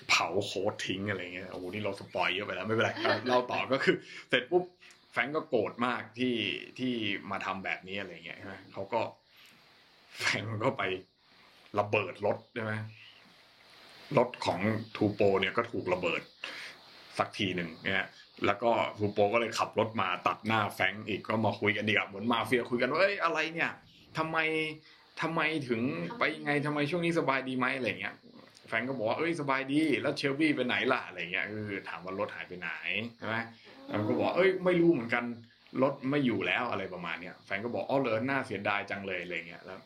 Speaker 2: เผา
Speaker 1: เผาโค้ดทิ้งอะไรเงี้ย โอ้โห นี่เราสปอยเยอะไปแล้วไม่เป็นไร เราเล่าต่อก็คือ เสร็จปุ๊บแฟรงก์ก็โกรธมากที่ที่มาทำแบบนี้อะไรเงี้ยใช่ไหมเขาก็แฟรงก์มันก็ไประเบิดรถใช่ไหมรถของทูโปเนี่ยก็ถูกระเบิดสักทีหนึ่งเนี่ยแล้วก็ทูโปก็เลยขับรถมาตัดหน้าแฟรงก์อีกก็มาคุยกันดีกับเหมือนมาเฟียคุยกันว่าเอ้ยอะไรเนี่ยทำไมทำไมถึงไปยังไงทำไมช่วงนี้สบายดีไหมอะไรเงี้ย แฟนก็บอกว่าเอ้ยสบายดี แล้วเชลวี่ไปไหนล่ะอะไรเงี้ยคือถามว่ารถหายไปไหนใช่ไหมแล้วมันก็บอกเอ้ยไม่รู้เหมือนกันรถไม่อยู่แล้วอะไรประมาณเนี้ยแฟนก็บอกอ๋อเหรอน่าเสียดายจังเลยอะไรเงี้ยแล้ว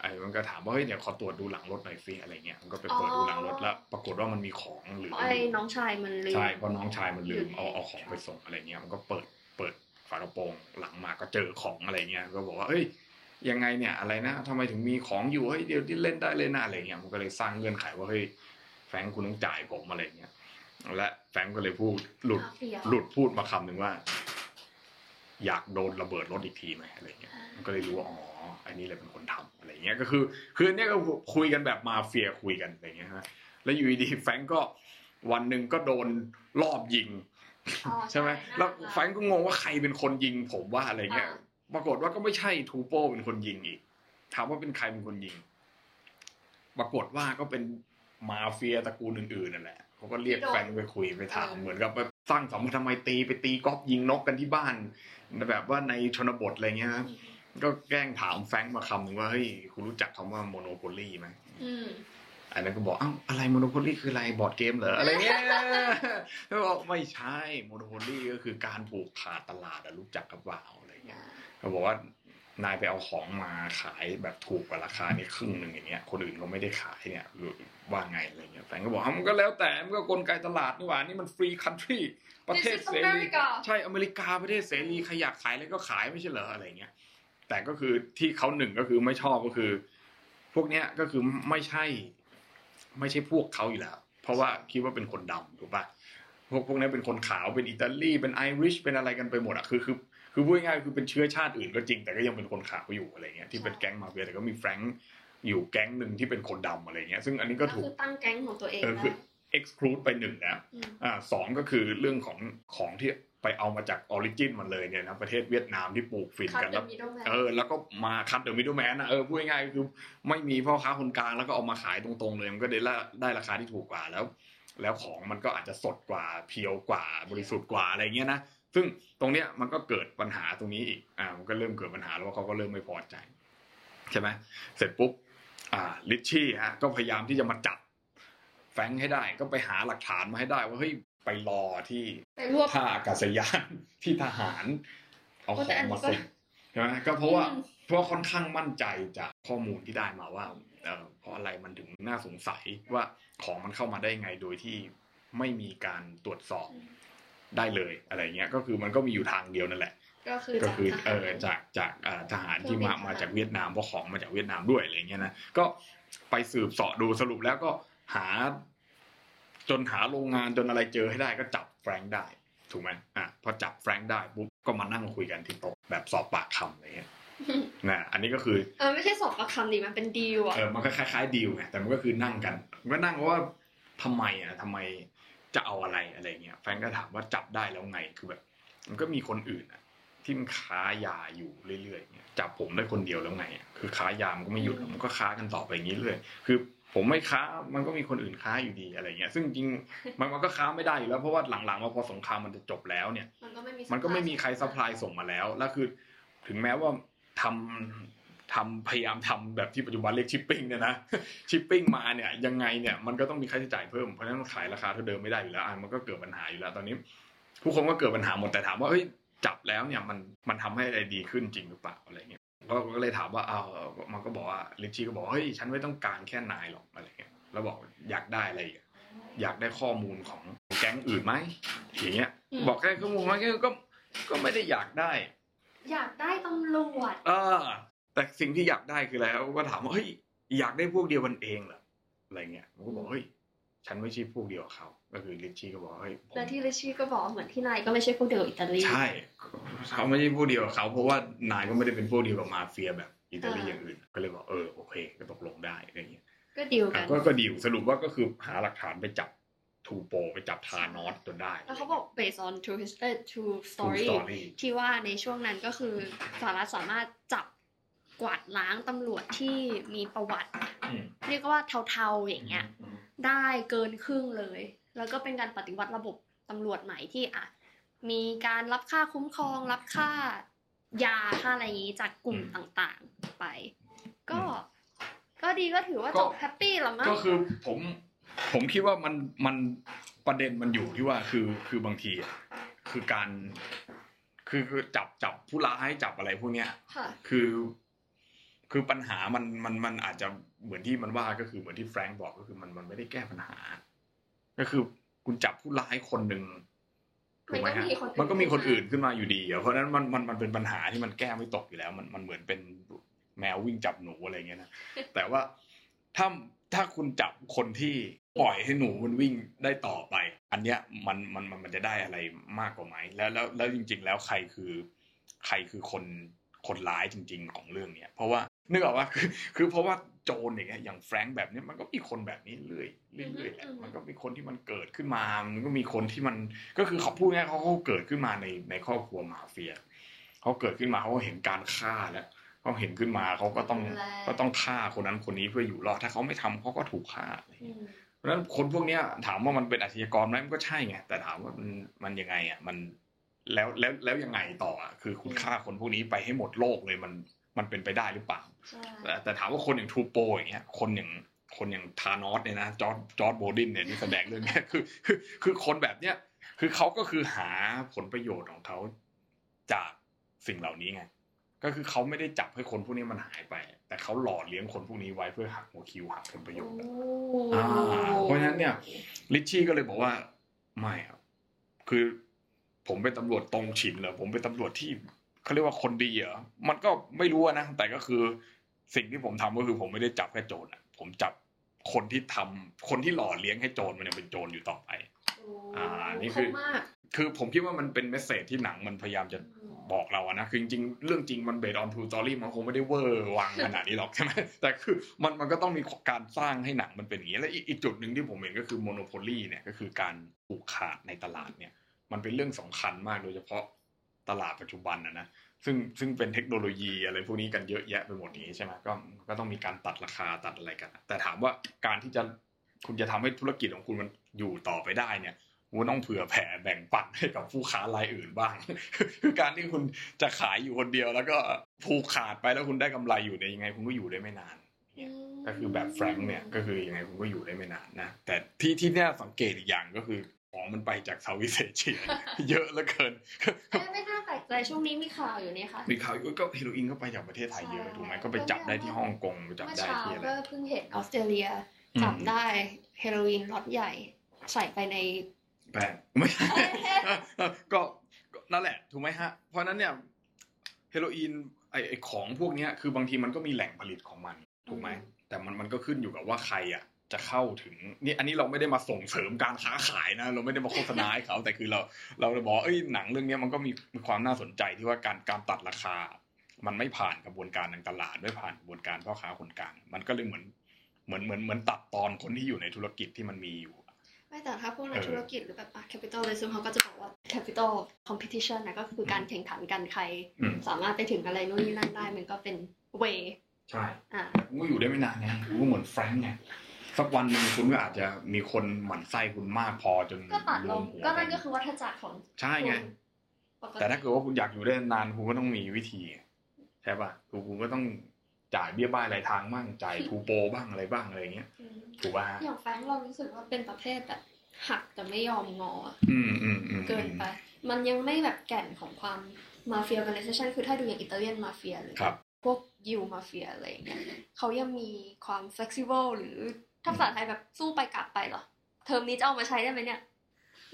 Speaker 1: ไอ้มันก็ถามว่าเฮ้ยเดี๋ยวขอตรวจดูหลังรถหน่อยสิอะไรเงี้ยมันก็ไปเปิดดูหลังรถแล้ว ปรากฏว่ามันมีของหรือ
Speaker 2: เพราะไอ้น้องชายมันลืม
Speaker 1: ใช่เพราะน้องชายมันลืม
Speaker 2: อยู่ใน
Speaker 1: เอาเอาของไปส่งอะไรเงี้ยมันก็เปิดเปิดฝากระโปรงหลังมาก็เจอของอะไรเงี้ยก็บอกว่าเอ้ย ยังไงเนี่ยอะไรนะทำไมถึงมีของอยู่เฮ้ยเดี๋ยวที่เล่นได้เลยนะอะไรเงี้ยมันก็เลยสร้างเงื่อนไขว่าเฮ้ยแฟรงค์คุณต้องจ่ายผมอะไรเงี้ยและแฟรงค์ก็เลยพูดหลุด
Speaker 2: มาเฟีย
Speaker 1: หลุดพูดมาคำหนึ่งว่า อยากโดนระเบิดรถอีกทีไหมอะไรเงี้ย
Speaker 2: อ่า
Speaker 1: มันก็เลยรู้ว่าอ๋ออันนี้เลยเป็นคนทำอะไรเงี้ยก็คือ คืออันเนี้ยก็คุยกันแบบมาเฟียคุยกันอะไรเงี้ยฮะแล้วอยู่ดีๆแฟรงค์ก็วันหนึ่งก็โดนรอบยิง
Speaker 2: อ๋อ
Speaker 1: ใช่ไหม
Speaker 2: น่า
Speaker 1: แล้ว
Speaker 2: รัก
Speaker 1: แฟรงก์ก็งงว่าใครเป็นคนยิงผมว่าอะไรเงี้ย
Speaker 2: อ่า
Speaker 1: ปรากฏว่าก็ไม่ใช่ทูโปเป็นคนยิงอีก ถามว่าเป็นใครเป็นคนยิง ปรากฏว่าก็เป็นมาเฟียตระกูลอื่นๆนั่นแหละ เขาก็เรียกแฟรงก์ไปคุยไปถามเหมือนกับไปสร้างสมพันธ์ทำไมตีไปตีกอล์ฟยิงนกกันที่บ้าน แบบว่าในชนบทอะไรเงี้ยนะก็แกล้งถามแฟรงก์มาคำหนึ่งว่าเฮ้ยคุณรู้จักคำว่าโมโนโพลีไหม
Speaker 2: อืม
Speaker 1: อันนั้นก็บอกอ้าวอะไรโมโนโพลีคืออะไรบอร์ดเกมเหรออะไรเงี้ยแล้วบอกไม่ใช่โมโนโพลีก็คือการผูกขาดตลาดอะรู้จักกับว่าวอะไรเงี้ยเขาบอกว่านายไปเอาของมาขายแบบถูกกว่าราคานี่ครึ่งหนึ่งอย่างเงี้ยคนอื่นเขาไม่ได้ขายเนี่ยหรือว่าไงอะไรเงี้ยแฟนก็บอกอ้าวมันก็แล้วแต่มันก็กลไกตลาดนี่หว่านี่มันฟรีคันทรีประเทศ
Speaker 2: This is
Speaker 1: เสรี
Speaker 2: America
Speaker 1: ใช่อเมริกาประเทศเสรีใครอยากขายแล้วก็ขายไม่ใช่เหรออะไรเงี้ย แต่ก็คือที่เขาหนึ่งก็คือไม่ชอบก็คือ พวกเนี้ยก็คือไม่ใช่ ไม่ใช่พวกเขาอยู่แล้ว เพราะว่าคิดว่าเป็นคนดำถูกปะ พวกพวกนี้เป็นคนขาวเป็นอิตาลีเป็นไอริชเป็นอะไรกันไปหมดอะคือคือคือพูดง่ายๆคือเป็นเชื้อชาติอื่นก็จริงแต่ก็ยังเป็นคนขาวอยู่อะไรเงี้ยที่เป็นแก๊งมาเฟียแต่ก็มีแฟรงค์อยู่แก๊งหนึ่งที่เป็นคนดำอะไรเงี้ยซึ่งอันนี้ก็
Speaker 2: ก็
Speaker 1: ถูก
Speaker 2: คือตั้งแก๊งของตัวเอง
Speaker 1: เออ
Speaker 2: นะ
Speaker 1: คือ exclude ไปหนึ่งแล้ว
Speaker 2: ม
Speaker 1: อ่าสองก็คือเรื่องของของที่ไปเอามาจากออริจินมันเลยเนี่ยนะประเทศเวียดนามที่ปลูกฝิ่น
Speaker 2: คัด
Speaker 1: กันแล้
Speaker 2: เด
Speaker 1: ว
Speaker 2: อะมิดเดิลแมน
Speaker 1: เออแล้วก็มาคัดเดอะมิดเดิลแมนนะเออพูดง่ายๆก็คือไม่มีพ่อค้าคนกลางแล้วก็เอามาขายตรงๆเลย มันก็ได้ละได้ราคาที่ถูกกว่าแล้ว แล้วของมันก็อาจจะสดกว่าเพียวกว่าบริสุทธิ์กว่าอะไรเงี้ยนะซึ่งตรงเนี้ยมันก็เกิดปัญหาตรงนี้อีกอ่ามันก็เริ่มเกิดปัญหาแล้วว่าเขาก็เริ่มไม่พอใจ ใช่ไหมเสร็จปุ๊บอ่าลิชชี่ฮะก็พยายามที่จะมาจับแฟรงค์ให้ได้ก็ไปหาหลักฐานมาให้ได้ว่าเฮ้ยไปรอที่
Speaker 2: ไปรวบ
Speaker 1: ท่าอากาศยาน ที่ทหารเอาข
Speaker 2: แต่
Speaker 1: อง
Speaker 2: อันนี้
Speaker 1: มา
Speaker 2: ก็
Speaker 1: ส่งใช่ไหมก็เพราะว่า
Speaker 2: อืม
Speaker 1: เพราะค่อนข้างมั่นใจจากข้อมูลที่ได้มาว่าเออเพราะอะไรมันถึงน่าสงสัยว่าของมันเข้ามาได้ยังไงโดยที่ไม่มีการตรวจสอบได้เลยอะไรเงี้ยก็คือมันก็มีอยู่ทางเดียวนั่นแหละ
Speaker 2: ก็คือ
Speaker 1: ก็
Speaker 2: จาก
Speaker 1: คือ
Speaker 2: ทหาร
Speaker 1: เออจากจากอ่าทหารที่มา
Speaker 2: เครื่องบินทหาร
Speaker 1: มาจากเวียดนามเพราะของมาจากเวียดนามด้วยอะไรเงี้ยนะก็ไปสืบเสาะดูสรุปแล้วก็หา จนหาโรงงานจนอะไรเจอให้ได้ก็จับแฟรงค์ได้ ถูกไหมอ่ะพอจับแฟรงค์ได้ปุ๊บก็มานั่งคุยกันที่โต๊ะแบบสอบปากคำอะไรเงี้ ยนะอันนี้ก็คือ
Speaker 2: เออไม่ใช่สอบประคำดิมันเป็นดีลอะ
Speaker 1: เออ มันก็คล้ายๆดีลไง แต่มันก็คือนั่งกันมันก็นั่งว่าทำไมอ่ะทำไมจะเอาอะไรอะไรเงี้ย แฟนก็ถามว่าจับได้แล้วไง คือแบบ มันก็มีคนอื่นอ่ะ ที่มันค้ายาอยู่เรื่อยๆเนี่ยจับผมได้คนเดียวแล้วไงอะคือค้ายามันก็ไม่หยุดหรอกมันก็ค้ากันต่อไปอย่างนี้เรื่อยคือผมไม่ค้า มันก็มีคนอื่นค้าอยู่ดีอะไรเงี้ย ซึ่งจริงๆมันมันก็ค้าไม่ได้อยู่แล้ว เพราะว่าหลังๆมาพอสงครามมันจะจบแล้วเนี่ย
Speaker 2: มันก็ไม่มี
Speaker 1: มันก็ไม่มีใครซัพพลายส่งมาแล้ว แล้วคือถึงแม้ว่าทำทำพยายามทำแบบที่ปัจจุบันเรียกชิปปิ้งเนี่ยนะ ชิปปิ้งมาเนี่ยยังไงเนี่ยมันก็ต้องมีค่าใช้จ่ายเพิ่ม เพราะฉะนั้นมันขายราคาเท่าเดิมไม่ได้อยู่แล้วอ่ะมันก็เกิดปัญหาอยู่แล้ว ตอนนี้ ผู้คนก็เกิดปัญหาหมดแต่ถามว่าเฮ้ยจับแล้วเนี่ยมันมันทำให้อะไรดีขึ้นจริงหรือเปล่าอะไรเงี้ยก็ก็เลยถามว่าเอามันก็บอกว่าลิชชี่ก็บอกว่าเฮ้ยฉันไม่ต้องการแค่นายหรอกอะไรเงี้ยแล้วบอกอยากได้อะไรอีกอะอยากได้ข้อมูลของแก๊งอื่นไหมอย่างเงี้ย
Speaker 2: อืม
Speaker 1: บอกแค่ข้อมูลไหมก็ก็ ก็ไม่ได้อยากได้
Speaker 2: อยากได้ตำรวจ
Speaker 1: เออ แต่สิ่งที่อยากได้คืออะไรเขาก็ถามว่า เฮ้ย อยากได้พวกเดียวกันเองเหรอ อะไรเงี้ยผมก็บอก เฮ้ย ฉันไม่ใช่พวกเดียวกับเขา ก็คือลิชชี่ก็บอกว่าเฮ้ยผม
Speaker 2: แล้วที่ลิชชี่ก็บอกว่าเหมือนที่นายก็ไม่ใช่พวกเดียวอิตาลี
Speaker 1: ใช่ เขาไม่ใช่พวกเดียวกับเขา เพราะว่านายก็ไม่ได้เป็นพวกเดียวกับมาเฟียแบบอิตาลี
Speaker 2: อ่า
Speaker 1: อย่างอื่น ก็เลยบอก เออ โอเค ก็ตกลงได้ อะไรเงี้ย
Speaker 2: ก็ดีลกั
Speaker 1: อ่ะ
Speaker 2: น
Speaker 1: ก็ก็ดีลสรุปว่าก็คือหาหลักฐานไปจับทูโปไปจับทานอสจนได้
Speaker 2: แล้วเขาบอก based on true history true
Speaker 1: ทู
Speaker 2: story
Speaker 1: สตอรี่
Speaker 2: ที่ว่าในช่วงนั้นก็คือสหรัฐสามารถจับกวาดล้างตำรวจที่มีประวัติ
Speaker 1: อืม
Speaker 2: เรียกว่าเทาๆอย่างเงี้ย ได้เกินครึ่งเลย แล้วก็เป็นการปฏิวัติระบบตำรวจใหม่ที่อ่ะมีการรับค่าคุ้มครอง รับค่ายาค่าอะไรอย่างนี้จากกลุ่ม
Speaker 1: อืม
Speaker 2: ต่างๆไป ก็
Speaker 1: อืม
Speaker 2: ก็ดีก็ถือว่า
Speaker 1: ก็
Speaker 2: จบแฮปปี้ละมั้ง
Speaker 1: ก็คือผมผมคิดว่ามันมันประเด็นมันอยู่ที่ว่าคือคือบางทีอะคือการคือคือจับจับผู้ร้ายจับอะไรพวกเนี้ย
Speaker 2: ค่ะ
Speaker 1: คือ คือปัญหามันมันมันอาจจะเหมือนที่มันว่าก็คือเหมือนที่แฟรงค์บอกก็คือมันมันไม่ได้แก้ปัญหา ก็คือคุณจับผู้ร้ายคนหนึ่งถูกไหมฮะ
Speaker 2: มั
Speaker 1: มัน
Speaker 2: นก็
Speaker 1: ก็
Speaker 2: มี
Speaker 1: มีค
Speaker 2: คน นอื่
Speaker 1: อื่น
Speaker 2: น
Speaker 1: ขึ้นมาอยู่ดีอะเพราะฉะนั้นมันมันมันเป็นปัญหาที่มันแก้ไม่ตกอยู่แล้ว มันมันเหมือนเป็นแมววิ่งจับหนูอะไรอย่างเงี้ยนะแต่ว่าถ้าถ้าคุณจับคนที่ปล่อยให้หนูมันวิ่งได้ต่อไป อันเนี้ยมันมันมันมันจะได้อะไรมากกว่าไหมแล้วแล้วแล้วจริง ๆ แล้วใครคือ ใครคือคนคนร้ายจริง ๆ ของเรื่องเนี้ยเพราะว่านึกออกว่าคือคือเพราะว่าโจรอย่างเงี้ยอย่างแฟรงค์แบบเนี้ยมันก็มีคนแบบนี้เรื่อยเรื่อยเรื่อยแหละ
Speaker 2: อือฮึ
Speaker 1: มันก็มีคนที่มันเกิดขึ้นมา มันก็มีคนที่มันก็คือเขาพูดง่ายๆเขาก็เกิดขึ้นมาในในครอบครัวมาเฟียเขาเกิดขึ้นมาเขาก็เห็นการฆ่าแล้วเขาเห็นขึ้นมาเขาก็ต้องก็ต้องฆ่าคนนั้นคนนี้เพื่ออยู่รอดถ้าเขาไม่ทำเขาก็ถูกฆ่าอะไรอย่างเงี้ย
Speaker 2: อืม
Speaker 1: เพราะฉะนั้นคนพวกเนี้ยถามว่ามันเป็นอาชญากรไหมมันก็ใช่ไงแต่ถามว่ามันมันยังไงอ่ะมันแล้วแล้วแล้วยังไงต่ออ่ะคือคุณฆ่าคนพวกนี้ไปให้หมดโลกเลยมันมันเป็นไปได้หรือเปล่า
Speaker 2: ใช่
Speaker 1: แต่แต่ถามว่าคนอย่างทูโปอย่างเงี้ยคนอย่างคนอย่างธานอสเนี่ยนะจอร์ดจอร์ดโบดินเนี่ยที่แสดงเรื่องเนี้ยคือคือคือคนแบบเนี้ยคือเขาก็คือหาผลประโยชน์ของเขาจากสิ่งเหล่านี้ไงก็คือเขาไม่ได้จับให้คนพวกนี้มันหายไป แต่เขาหล่อเลี้ยงคนพวกนี้ไว้เพื่อหักหัวคิวหักผลประโยชน์ อ่าเพราะฉะนั้นเนี่ย ลิชชี่ก็เลยบอกว่าไม่ครับคือผมเป็นตำรวจตรงฉินเหรอผมเป็นตำรวจที่เขาเรียกว่าคนดีเหรอมันก็ไม่รู้อะนะแต่ก็คือ สิ่งที่ผมทำก็คือผมไม่ได้จับแค่โจรอะผมจับคนที่ทำคนที่หล่อเลี้ยงให้โจรมันยังเป็นโจรอยู่ต่อไป
Speaker 2: โอ้
Speaker 1: อ่านี่
Speaker 2: นี่
Speaker 1: คื
Speaker 2: คือ มาก
Speaker 1: คือผมคิดว่ามันเป็นเมสเซจที่หนังมันพยายามจะ
Speaker 2: อืม
Speaker 1: บอกเราอะนะคือจริงๆเรื่องจริงมันเบสออนทูสตอรี่มันคงไม่ได้เวอร์วังขนาดนี้หรอกใช่ไหมแต่คือมันมันก็ต้องมีการสร้างให้หนังมันเป็นอย่างนี้และอีกอีกจุดหนึ่งที่ผมเห็นก็คือโมโนโพลีเนี่ยก็คือการผูกขาดในตลาดเนี่ย มันเป็นเรื่องสำคัญมากโดยเฉพาะตลาดปัจจุบันนะนะซึ่งซึ่งเป็นเทคโนโลยีอะไรพวกนี้กันเยอะแยะไปหมดนี้ใช่ไหมก็ก็ต้องมีการตัดราคาตัดอะไรกันอะแต่ถามว่าการที่จะคุณจะทำให้ธุรกิจของคุณมันอยู่ต่อไปได้เนี่ย คุณต้องเผื่อแผ่แบ่งปันให้กับผู้ค้ารายอื่นบ้าง คือการที่คุณจะขายอยู่คนเดียว แล้วก็ผูกขาดไปแล้วคุณได้กำไรอยู่เนี่ยยังไงคุณก็อยู่ได้ไม่นาน ก็คือแบบแฟรงค์เนี่ยก็คือยังไงคุณก็อยู่ได้ไม่นานนะ แต่ที่ที่น่าสังเกตอีกอย่างก็คือของมันไปจากเซาท์ อีสเอเชีย เยอะเหลือเกิน
Speaker 2: เอ้ยไม่น่าแปลกใจช่วงนี้มีข่าวอยู่นี่ค่ะ
Speaker 1: มีข่าวอีกว่าก็เฮโรอีนก็ไปจากประเทศไทยเยอะถูกไหมก็ไปจับได้ที่ฮ่องกงไปจับ
Speaker 2: เมื่อ
Speaker 1: ได้
Speaker 2: เช้า
Speaker 1: ที่อะไร
Speaker 2: ก็เพิ่งเห็นออสเตรเลียจับได้เฮโรอีนล็อตใหญ่ ใส่ไปใน
Speaker 1: แปลกไม่ ก็ก็นั่นแหละถูกไหมฮะ เพราะฉะนั้นเนี่ยเฮโรอีนไอไอของพวกเนี้ยคือบางทีมันก็มีแหล่งผลิตของมันถูกไหม
Speaker 2: อืม
Speaker 1: แต่มันมันก็ขึ้นอยู่กับว่าใครอ่ะจะเข้าถึงนี่อันนี้เราไม่ได้มาส่งเสริมการค้าขายนะ เราไม่ได้มาโฆษณาให้เขา แต่คือเราเราจะบอกว่าเอ้ยหนังเรื่องเนี้ยมันก็มีมีความน่าสนใจที่ว่าการการตัดราคา มันไม่ผ่านกระบวนการทางตลาดไม่ผ่านกระบวนการพ่อค้าคนกลาง มันก็เลยเหมือนเหมือนเหมือนเหมือนตัดตอนคนที่อยู่ในธุรกิจที่มันมีอยู่
Speaker 2: ไม่แต่ถ้าพวกนัก
Speaker 1: เออ
Speaker 2: ธุรกิจหรือแบบอ่ะ capitalism เขาก็จะบอกว่า capital competition นะก็คือการแข่งขันกันใคร
Speaker 1: อืม
Speaker 2: สามารถไปถึงอะไรนู่นนี่นั่นได้มันก็เป็น way
Speaker 1: ใช่
Speaker 2: อ่ะ
Speaker 1: ผมก็อยู่ได้ไม่นานไงผมก็เหมือนแฟรงค์ไงสักวันหนึ่งคุณก็อาจจะมีคนหมั่นไส้คุณมากพอจน
Speaker 2: ก็ตัดล
Speaker 1: ร
Speaker 2: ง
Speaker 1: วมหัว
Speaker 2: ก็นั่นก็คือวัฏจักรของ
Speaker 1: ใช่ไง
Speaker 2: คนปก
Speaker 1: แต่ถ้าเกิดว่าคุณอยากอยู่ได้นานคุณก็ต้องมีวิธีใช่ป่ะคือคุณก็ต้องจ่ายเบี้ยบ้ายรายทางบ้างจ่ายทูโปบ้างอะไรบ้างอะไรอย่างเงี้ย
Speaker 2: อืม
Speaker 1: ถูกป่ะฮะ
Speaker 2: อย่างแฟรงค์เรารู้สึกว่าเป็นประเภทแบบหักแต่ไม่ยอมงออะ
Speaker 1: อืมอืมอืม
Speaker 2: เกินไป มันยังไม่แบบแก่นของความมาเฟีย organization คือถ้าดูอย่างอิตาเลียนมาเฟียหรือ
Speaker 1: ครับ
Speaker 2: พวกยิวมาเฟียอะไรอย่างเงี้ยเขายังมีความ flexible หรือถ้าภาษาไทยแบบสู้ไปกลับไปเหรอ เทอมนี้จะเอามาใช้ได้ไหมเนี่ย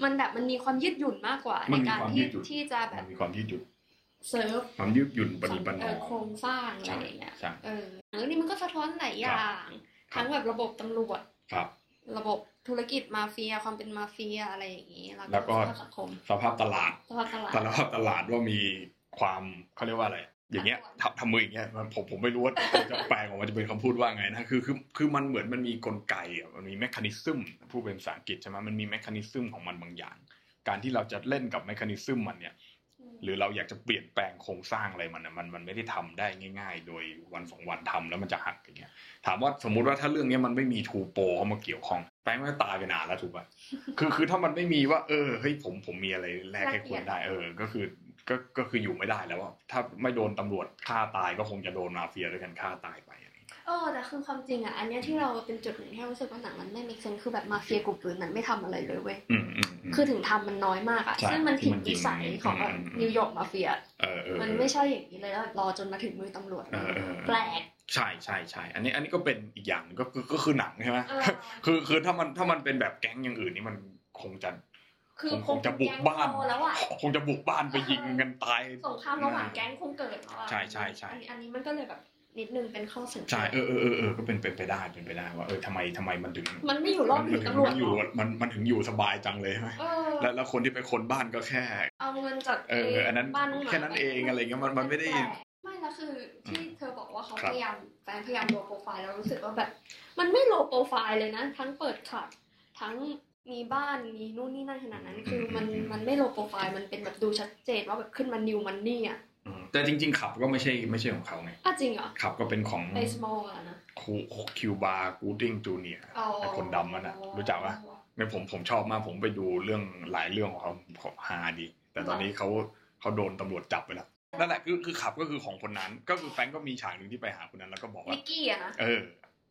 Speaker 2: มันแบบมันมีความยืดหยุ่นมากกว่า
Speaker 1: มัน
Speaker 2: ใน
Speaker 1: มี
Speaker 2: การ
Speaker 1: ความยื
Speaker 2: ที่
Speaker 1: ดหยุ่น
Speaker 2: ที่จะแบ
Speaker 1: มั
Speaker 2: บ
Speaker 1: นมีความยืดหยุ่น
Speaker 2: เซิร์ฟ
Speaker 1: ความยืดหยุ่นปฏิบัติ
Speaker 2: เอ่อโครงสร้างอะไร
Speaker 1: ใช่
Speaker 2: อย่างเงี้ย
Speaker 1: ใช่
Speaker 2: เออเรื่องนี้มันก็สะท้อนหลายอย่าง
Speaker 1: ครับ
Speaker 2: ทั้งแบบระบบตำรวจ
Speaker 1: ครับ
Speaker 2: ระบบธุรกิจมาเฟีย ความเป็นมาเฟียอะไรอย่างงี้ แล้ว
Speaker 1: แล้วก็
Speaker 2: ก็สภาพสังคม
Speaker 1: สภาพตลาด
Speaker 2: สภาพตลาด
Speaker 1: ตลาดตลาดว่ามีความเขาเรียกว่าอะไร อย่างเงี้ยทำทำมืออย่างเงี้ยมันผมผมไม่รู้ว่าผมจะแปลออกมาจะเป็นคำพูดว่าไงนะคือคือคือมันเหมือนมันมีกลไกอ่ะมันมีแมคานิซึมพูดเป็นภาษาอังกฤษใช่ไหมมันมีแมคานิซึมของมันบางอย่าง การที่เราจะเล่นกับแมคานิซึมมันเนี่ย หรือเราอยากจะเปลี่ยนแปลงโครงสร้างอะไรมันนะมันมันไม่ได้ทำได้ง่าย ๆ โดยวันสองวันทำแล้วมันจะหักอย่างเงี้ยถามว่าสมมุติว่าถ้าเรื่องเนี้ยมันไม่มีทูโปเข้ามาเกี่ยวข้องแป้งไม่ตายไปนานแล้วถูกป่ะ คือคือถ้ามันไม่มีว่า เออเฮ้ยผมผมมีอะไรแลกให้คุณได้ เออ ก็คือก็ก็คืออยู่ไม่ได้แล้วอะถ้าไม่โดนตำรวจฆ่าตายก็คงจะโดนมาเฟียด้วยกันฆ่าตายไปอะไรอย่างเงี้ย
Speaker 2: เออแต่คือความจริงอ่ะ อันเนี้ยที่เราเป็นจุดหนึ่งที่เรารู้สึกว่าหนังมันไม่มีเซนคือแบบมาเฟียกลุ่มอื่นมันไม่ทำอะไรเลยเว้ย
Speaker 1: อืมอืมอืม
Speaker 2: คือถึงทำมันน้อยมากอ่ะ
Speaker 1: ใช่
Speaker 2: ซึ่งมันผิดวิสัย
Speaker 1: มันจริง
Speaker 2: ของแบบ
Speaker 1: อืม
Speaker 2: นิวยอร์กมาเฟีย
Speaker 1: เออเออ
Speaker 2: มันไม่ใช่อย่างนี้เลยแล้วรอจนมาถึงมือตำรวจ
Speaker 1: เออเออ
Speaker 2: แปลก
Speaker 1: ใช่ใช่ใช่อันนี้อันนี้ก็เป็นอีกอย่างหนึ่งก็คือก็คือหนังใช่ไหม
Speaker 2: เออ
Speaker 1: คือคือถ้ามันถ้ามันเป็นแบบแก๊งอย่างอื่นนี่มันคงจะ
Speaker 2: คือ
Speaker 1: คงคงจะบุกบ้าน
Speaker 2: คงเป็แก๊งโตแล้วอ่ะ
Speaker 1: คงจะบุกบ้านไปยิงกันตาย
Speaker 2: สงครามระหว่างแก๊งคงเกิดแล้วอ่ะ
Speaker 1: ใช่ใช่ใช่
Speaker 2: อันนี้อันนี้มันก็เลยแบบนิดนึงเป็นข้อสังเก
Speaker 1: ใช่
Speaker 2: ต
Speaker 1: เออเออเออเออก็เป็นเป็นไปได้เป็นไปได้ว่าเออทำไมทำไมมันถึง
Speaker 2: มันไม่อยู่รอด
Speaker 1: มั
Speaker 2: ถึ
Speaker 1: น
Speaker 2: ง
Speaker 1: ถึง
Speaker 2: ตำรว
Speaker 1: มั
Speaker 2: จ
Speaker 1: นอ
Speaker 2: หร
Speaker 1: ยู่
Speaker 2: อก
Speaker 1: มันมันถึงอยู่สบายจังเลยใช่ไหม
Speaker 2: เออ
Speaker 1: แล้วแล้วคนที่ไปคนบ้านก็แค่
Speaker 2: เอาเงินจาก
Speaker 1: เอออันนั้น
Speaker 2: บ้านงหมา
Speaker 1: แค่นั้นเองอะไรเงี้ยมันมันไม่ได้
Speaker 2: ไม่และคือที่เธอบอกว่าเขา
Speaker 1: ครับ
Speaker 2: พยายามแฟนพยายามโลโปรไฟล์แล้วรู้สึกว่าแบบ มันไม่โลโปรไฟล์เลยนะ ทั้งเปิดคลับทั้งมีบ้านมีนู่นนี่นั่นขนาดนั้น คือมันมันไม่โลโปรไฟล์มันเป็นแบบดูชัดเจนว่าแบบขึ้นมานิวมันนี่อ่ะ
Speaker 1: อืมแต่จริง ๆ ขับก็ไม่ใช่ไม่ใช่ของเขาไง
Speaker 2: อ้าวจริงเหรอ
Speaker 1: ขับก็เป็นของ
Speaker 2: ไอสมอลอะนะ
Speaker 1: คูคิวบาร์กูดดิงจูเนีย
Speaker 2: อ๋อ
Speaker 1: ไอ้คนดำมันอะรู้จักปะ เนี่ยผมผมชอบมากผมไปดูเรื่องหลายเรื่องของเขาของฮาดี แต่ตอนนี้เขาเขาโดนตำรวจจับไปแล้วนั่นแหละคือคือขับก็คือของคนนั้น ก็คือแฟรงก์ก็มีฉากหนึ่งที่ไปหาคนนั้นแล้วก็บอกว่า
Speaker 2: นิกกี้อะนะ
Speaker 1: เออ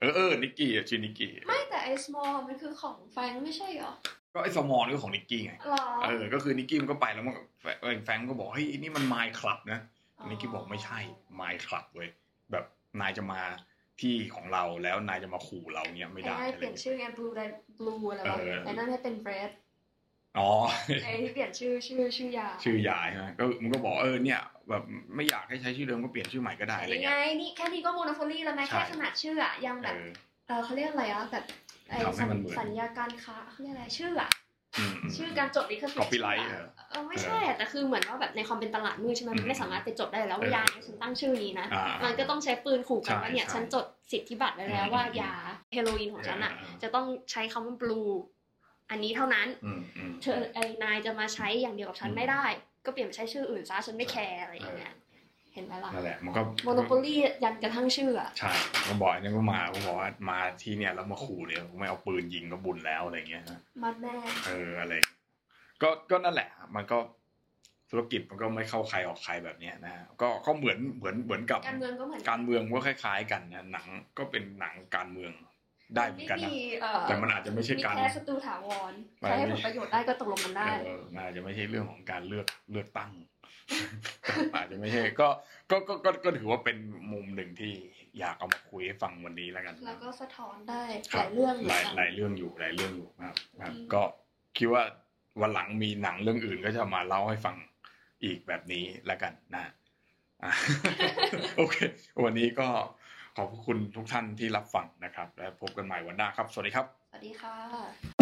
Speaker 1: เออเออนิกกี้อะชื่อนิกกี้
Speaker 2: ไม่แต่ไอสมอลมันคือของแฟรงค์ไม่ใช่เหรอ
Speaker 1: ก็ไอ้สมอลก็ของนิกกี้ไง
Speaker 2: หรอ
Speaker 1: เออก็คือนิกกี้มันก็ไปแล้วมันก็แฟเออแฟรงก์ก็บอกเฮ้ยนี่มันไมค์คลับนะนิกกี้บอกไม่ใช่ไมค์คลับเว้ยแบบนายจะมาที่ของเราแล้วนายจะมาขู่เราเนี่ยไม่ได้
Speaker 2: อ้นั่น
Speaker 1: อะไร
Speaker 2: เปลี่ยน
Speaker 1: เงี้ย
Speaker 2: ชื่อไงบลูไดบลูอะไรวะ
Speaker 1: เออ
Speaker 2: ไอ้นั่นให้เป็นเบรด
Speaker 1: อ๋อ
Speaker 2: ไอ้ที่เปลี่ยนชื่อชื่อชื่อยา
Speaker 1: ชื่อยายใช่ไหมก็มันก็บอกเออเนี่ยแบบไม่อยากให้ใช้ชื่อเดิมก็เปลี่ยนชื่อใหม่ก็ได้อะไร
Speaker 2: ยังไง
Speaker 1: เงี้ย
Speaker 2: นี่แค่นี้ก็โมโนโพลีแล้วไหม
Speaker 1: ใช่
Speaker 2: แค่ขนาดชื่ออะยังแบ
Speaker 1: เอบ อ
Speaker 2: เออเขาเรียกอะไรอะแบบไอ้
Speaker 1: ทำให้
Speaker 2: สัญ
Speaker 1: มันเหมือน
Speaker 2: สัญญาการค้าเขาเรียกอะไรชื่ออะ
Speaker 1: อืมอืม
Speaker 2: ชื่อการจดลิขสิทธิ์
Speaker 1: Copyright
Speaker 2: ชื่อ
Speaker 1: เหร
Speaker 2: อะ
Speaker 1: อ
Speaker 2: เออไม่ใช่อะแต่คือเหมือนว่าแบบในความเป็นตลาดมืดใช่ไหม
Speaker 1: อืม
Speaker 2: มันไม่สามารถไปจดได้แล้ว
Speaker 1: เออย
Speaker 2: ว่าาเนี่ยฉันตั้งชื่อนี้นะ
Speaker 1: อ่ามั
Speaker 2: มันก็ต้องใช้ปืนขู่กัน
Speaker 1: ใช่
Speaker 2: ว่าเนี่ย
Speaker 1: ใช่
Speaker 2: ฉันจดสิทธิบัตรไว้แล้ว
Speaker 1: อืม
Speaker 2: ว่ายาเฮโรอีนของฉันอ่ะ
Speaker 1: เออเออ
Speaker 2: จะต้องใช้คำว่าบลูอันนี้เท่านั้น
Speaker 1: อืมอืม
Speaker 2: เธอไอ้นายจะมาใช้อย่างเดียวกับฉัน
Speaker 1: อืม
Speaker 2: ไม่ได้ ก็เปลี่ยนไปใช้ชื่ออื่นซะฉันไม่แคร์อะไรอย่างเงี้ยเห็นไหมล่ะ
Speaker 1: นั่นแหละมันก็
Speaker 2: โมโนโปลียันกระทั่งชื่ออะ
Speaker 1: ใช่ก็บอกเนี่ยก็มาก็บอกว่ามาที่เนี่ยแล้วมาขู่เนี่ยไม่เอาปืนยิงก็บุญแล้วอะไรเงี้ยนะ
Speaker 2: มัดแน่
Speaker 1: เอออะไร ก็ก็นั่นแหละ มันก็ธุรกิจมันก็ไม่เข้าใครออกใครแบบเนี้ยนะก็ก็เหมือนเหมือนเหมือนกับ
Speaker 2: การเมืองก็เหมือน
Speaker 1: การเมืองก็คล้าย ๆ กันนะหนังก็เป็นหนังการเมืองได้เหมือนกัน
Speaker 2: ไม่
Speaker 1: นะ
Speaker 2: มีเอ่อ
Speaker 1: แต่มันอาจจะไม่ใช่
Speaker 2: มี
Speaker 1: การ
Speaker 2: แค่ศัตรูถาวร
Speaker 1: ไม่
Speaker 2: ใช้ให้
Speaker 1: ไม่
Speaker 2: ผลประโยชน์ได้ก็ตกลงกันได้
Speaker 1: เออมันอาจจะไม่ใช่เรื่องของการเลือกเลือกตั้ง อาจจะไม่ใช่ก็ก็ก็ก็ก็ถือว่าเป็นมุมหนึ่งที่อยากเอามาคุยให้ฟังวันนี้แล้วกันนะ
Speaker 2: แล้วก็สะท้อนได้
Speaker 1: ค
Speaker 2: ห
Speaker 1: รั
Speaker 2: ลา
Speaker 1: บ
Speaker 2: ยเรื่อง
Speaker 1: หลาย
Speaker 2: เหมือนกัน
Speaker 1: หลายเรื่องอยู่หลายเรื่องอยู่ครับครับ
Speaker 2: อืม
Speaker 1: ก็คิดว่าวันหลังมีหนังเรื่องอื่นก็จะมาเล่าให้ฟังอีกแบบนี้แล้วกันนะ อ่ะ โอเค วันนี้ก็ขอบพระคุณทุกท่านที่รับฟังนะครับ และพบกันใหม่วันหน้าครับ สวัสดีครับ
Speaker 2: สวัสดีค่ะ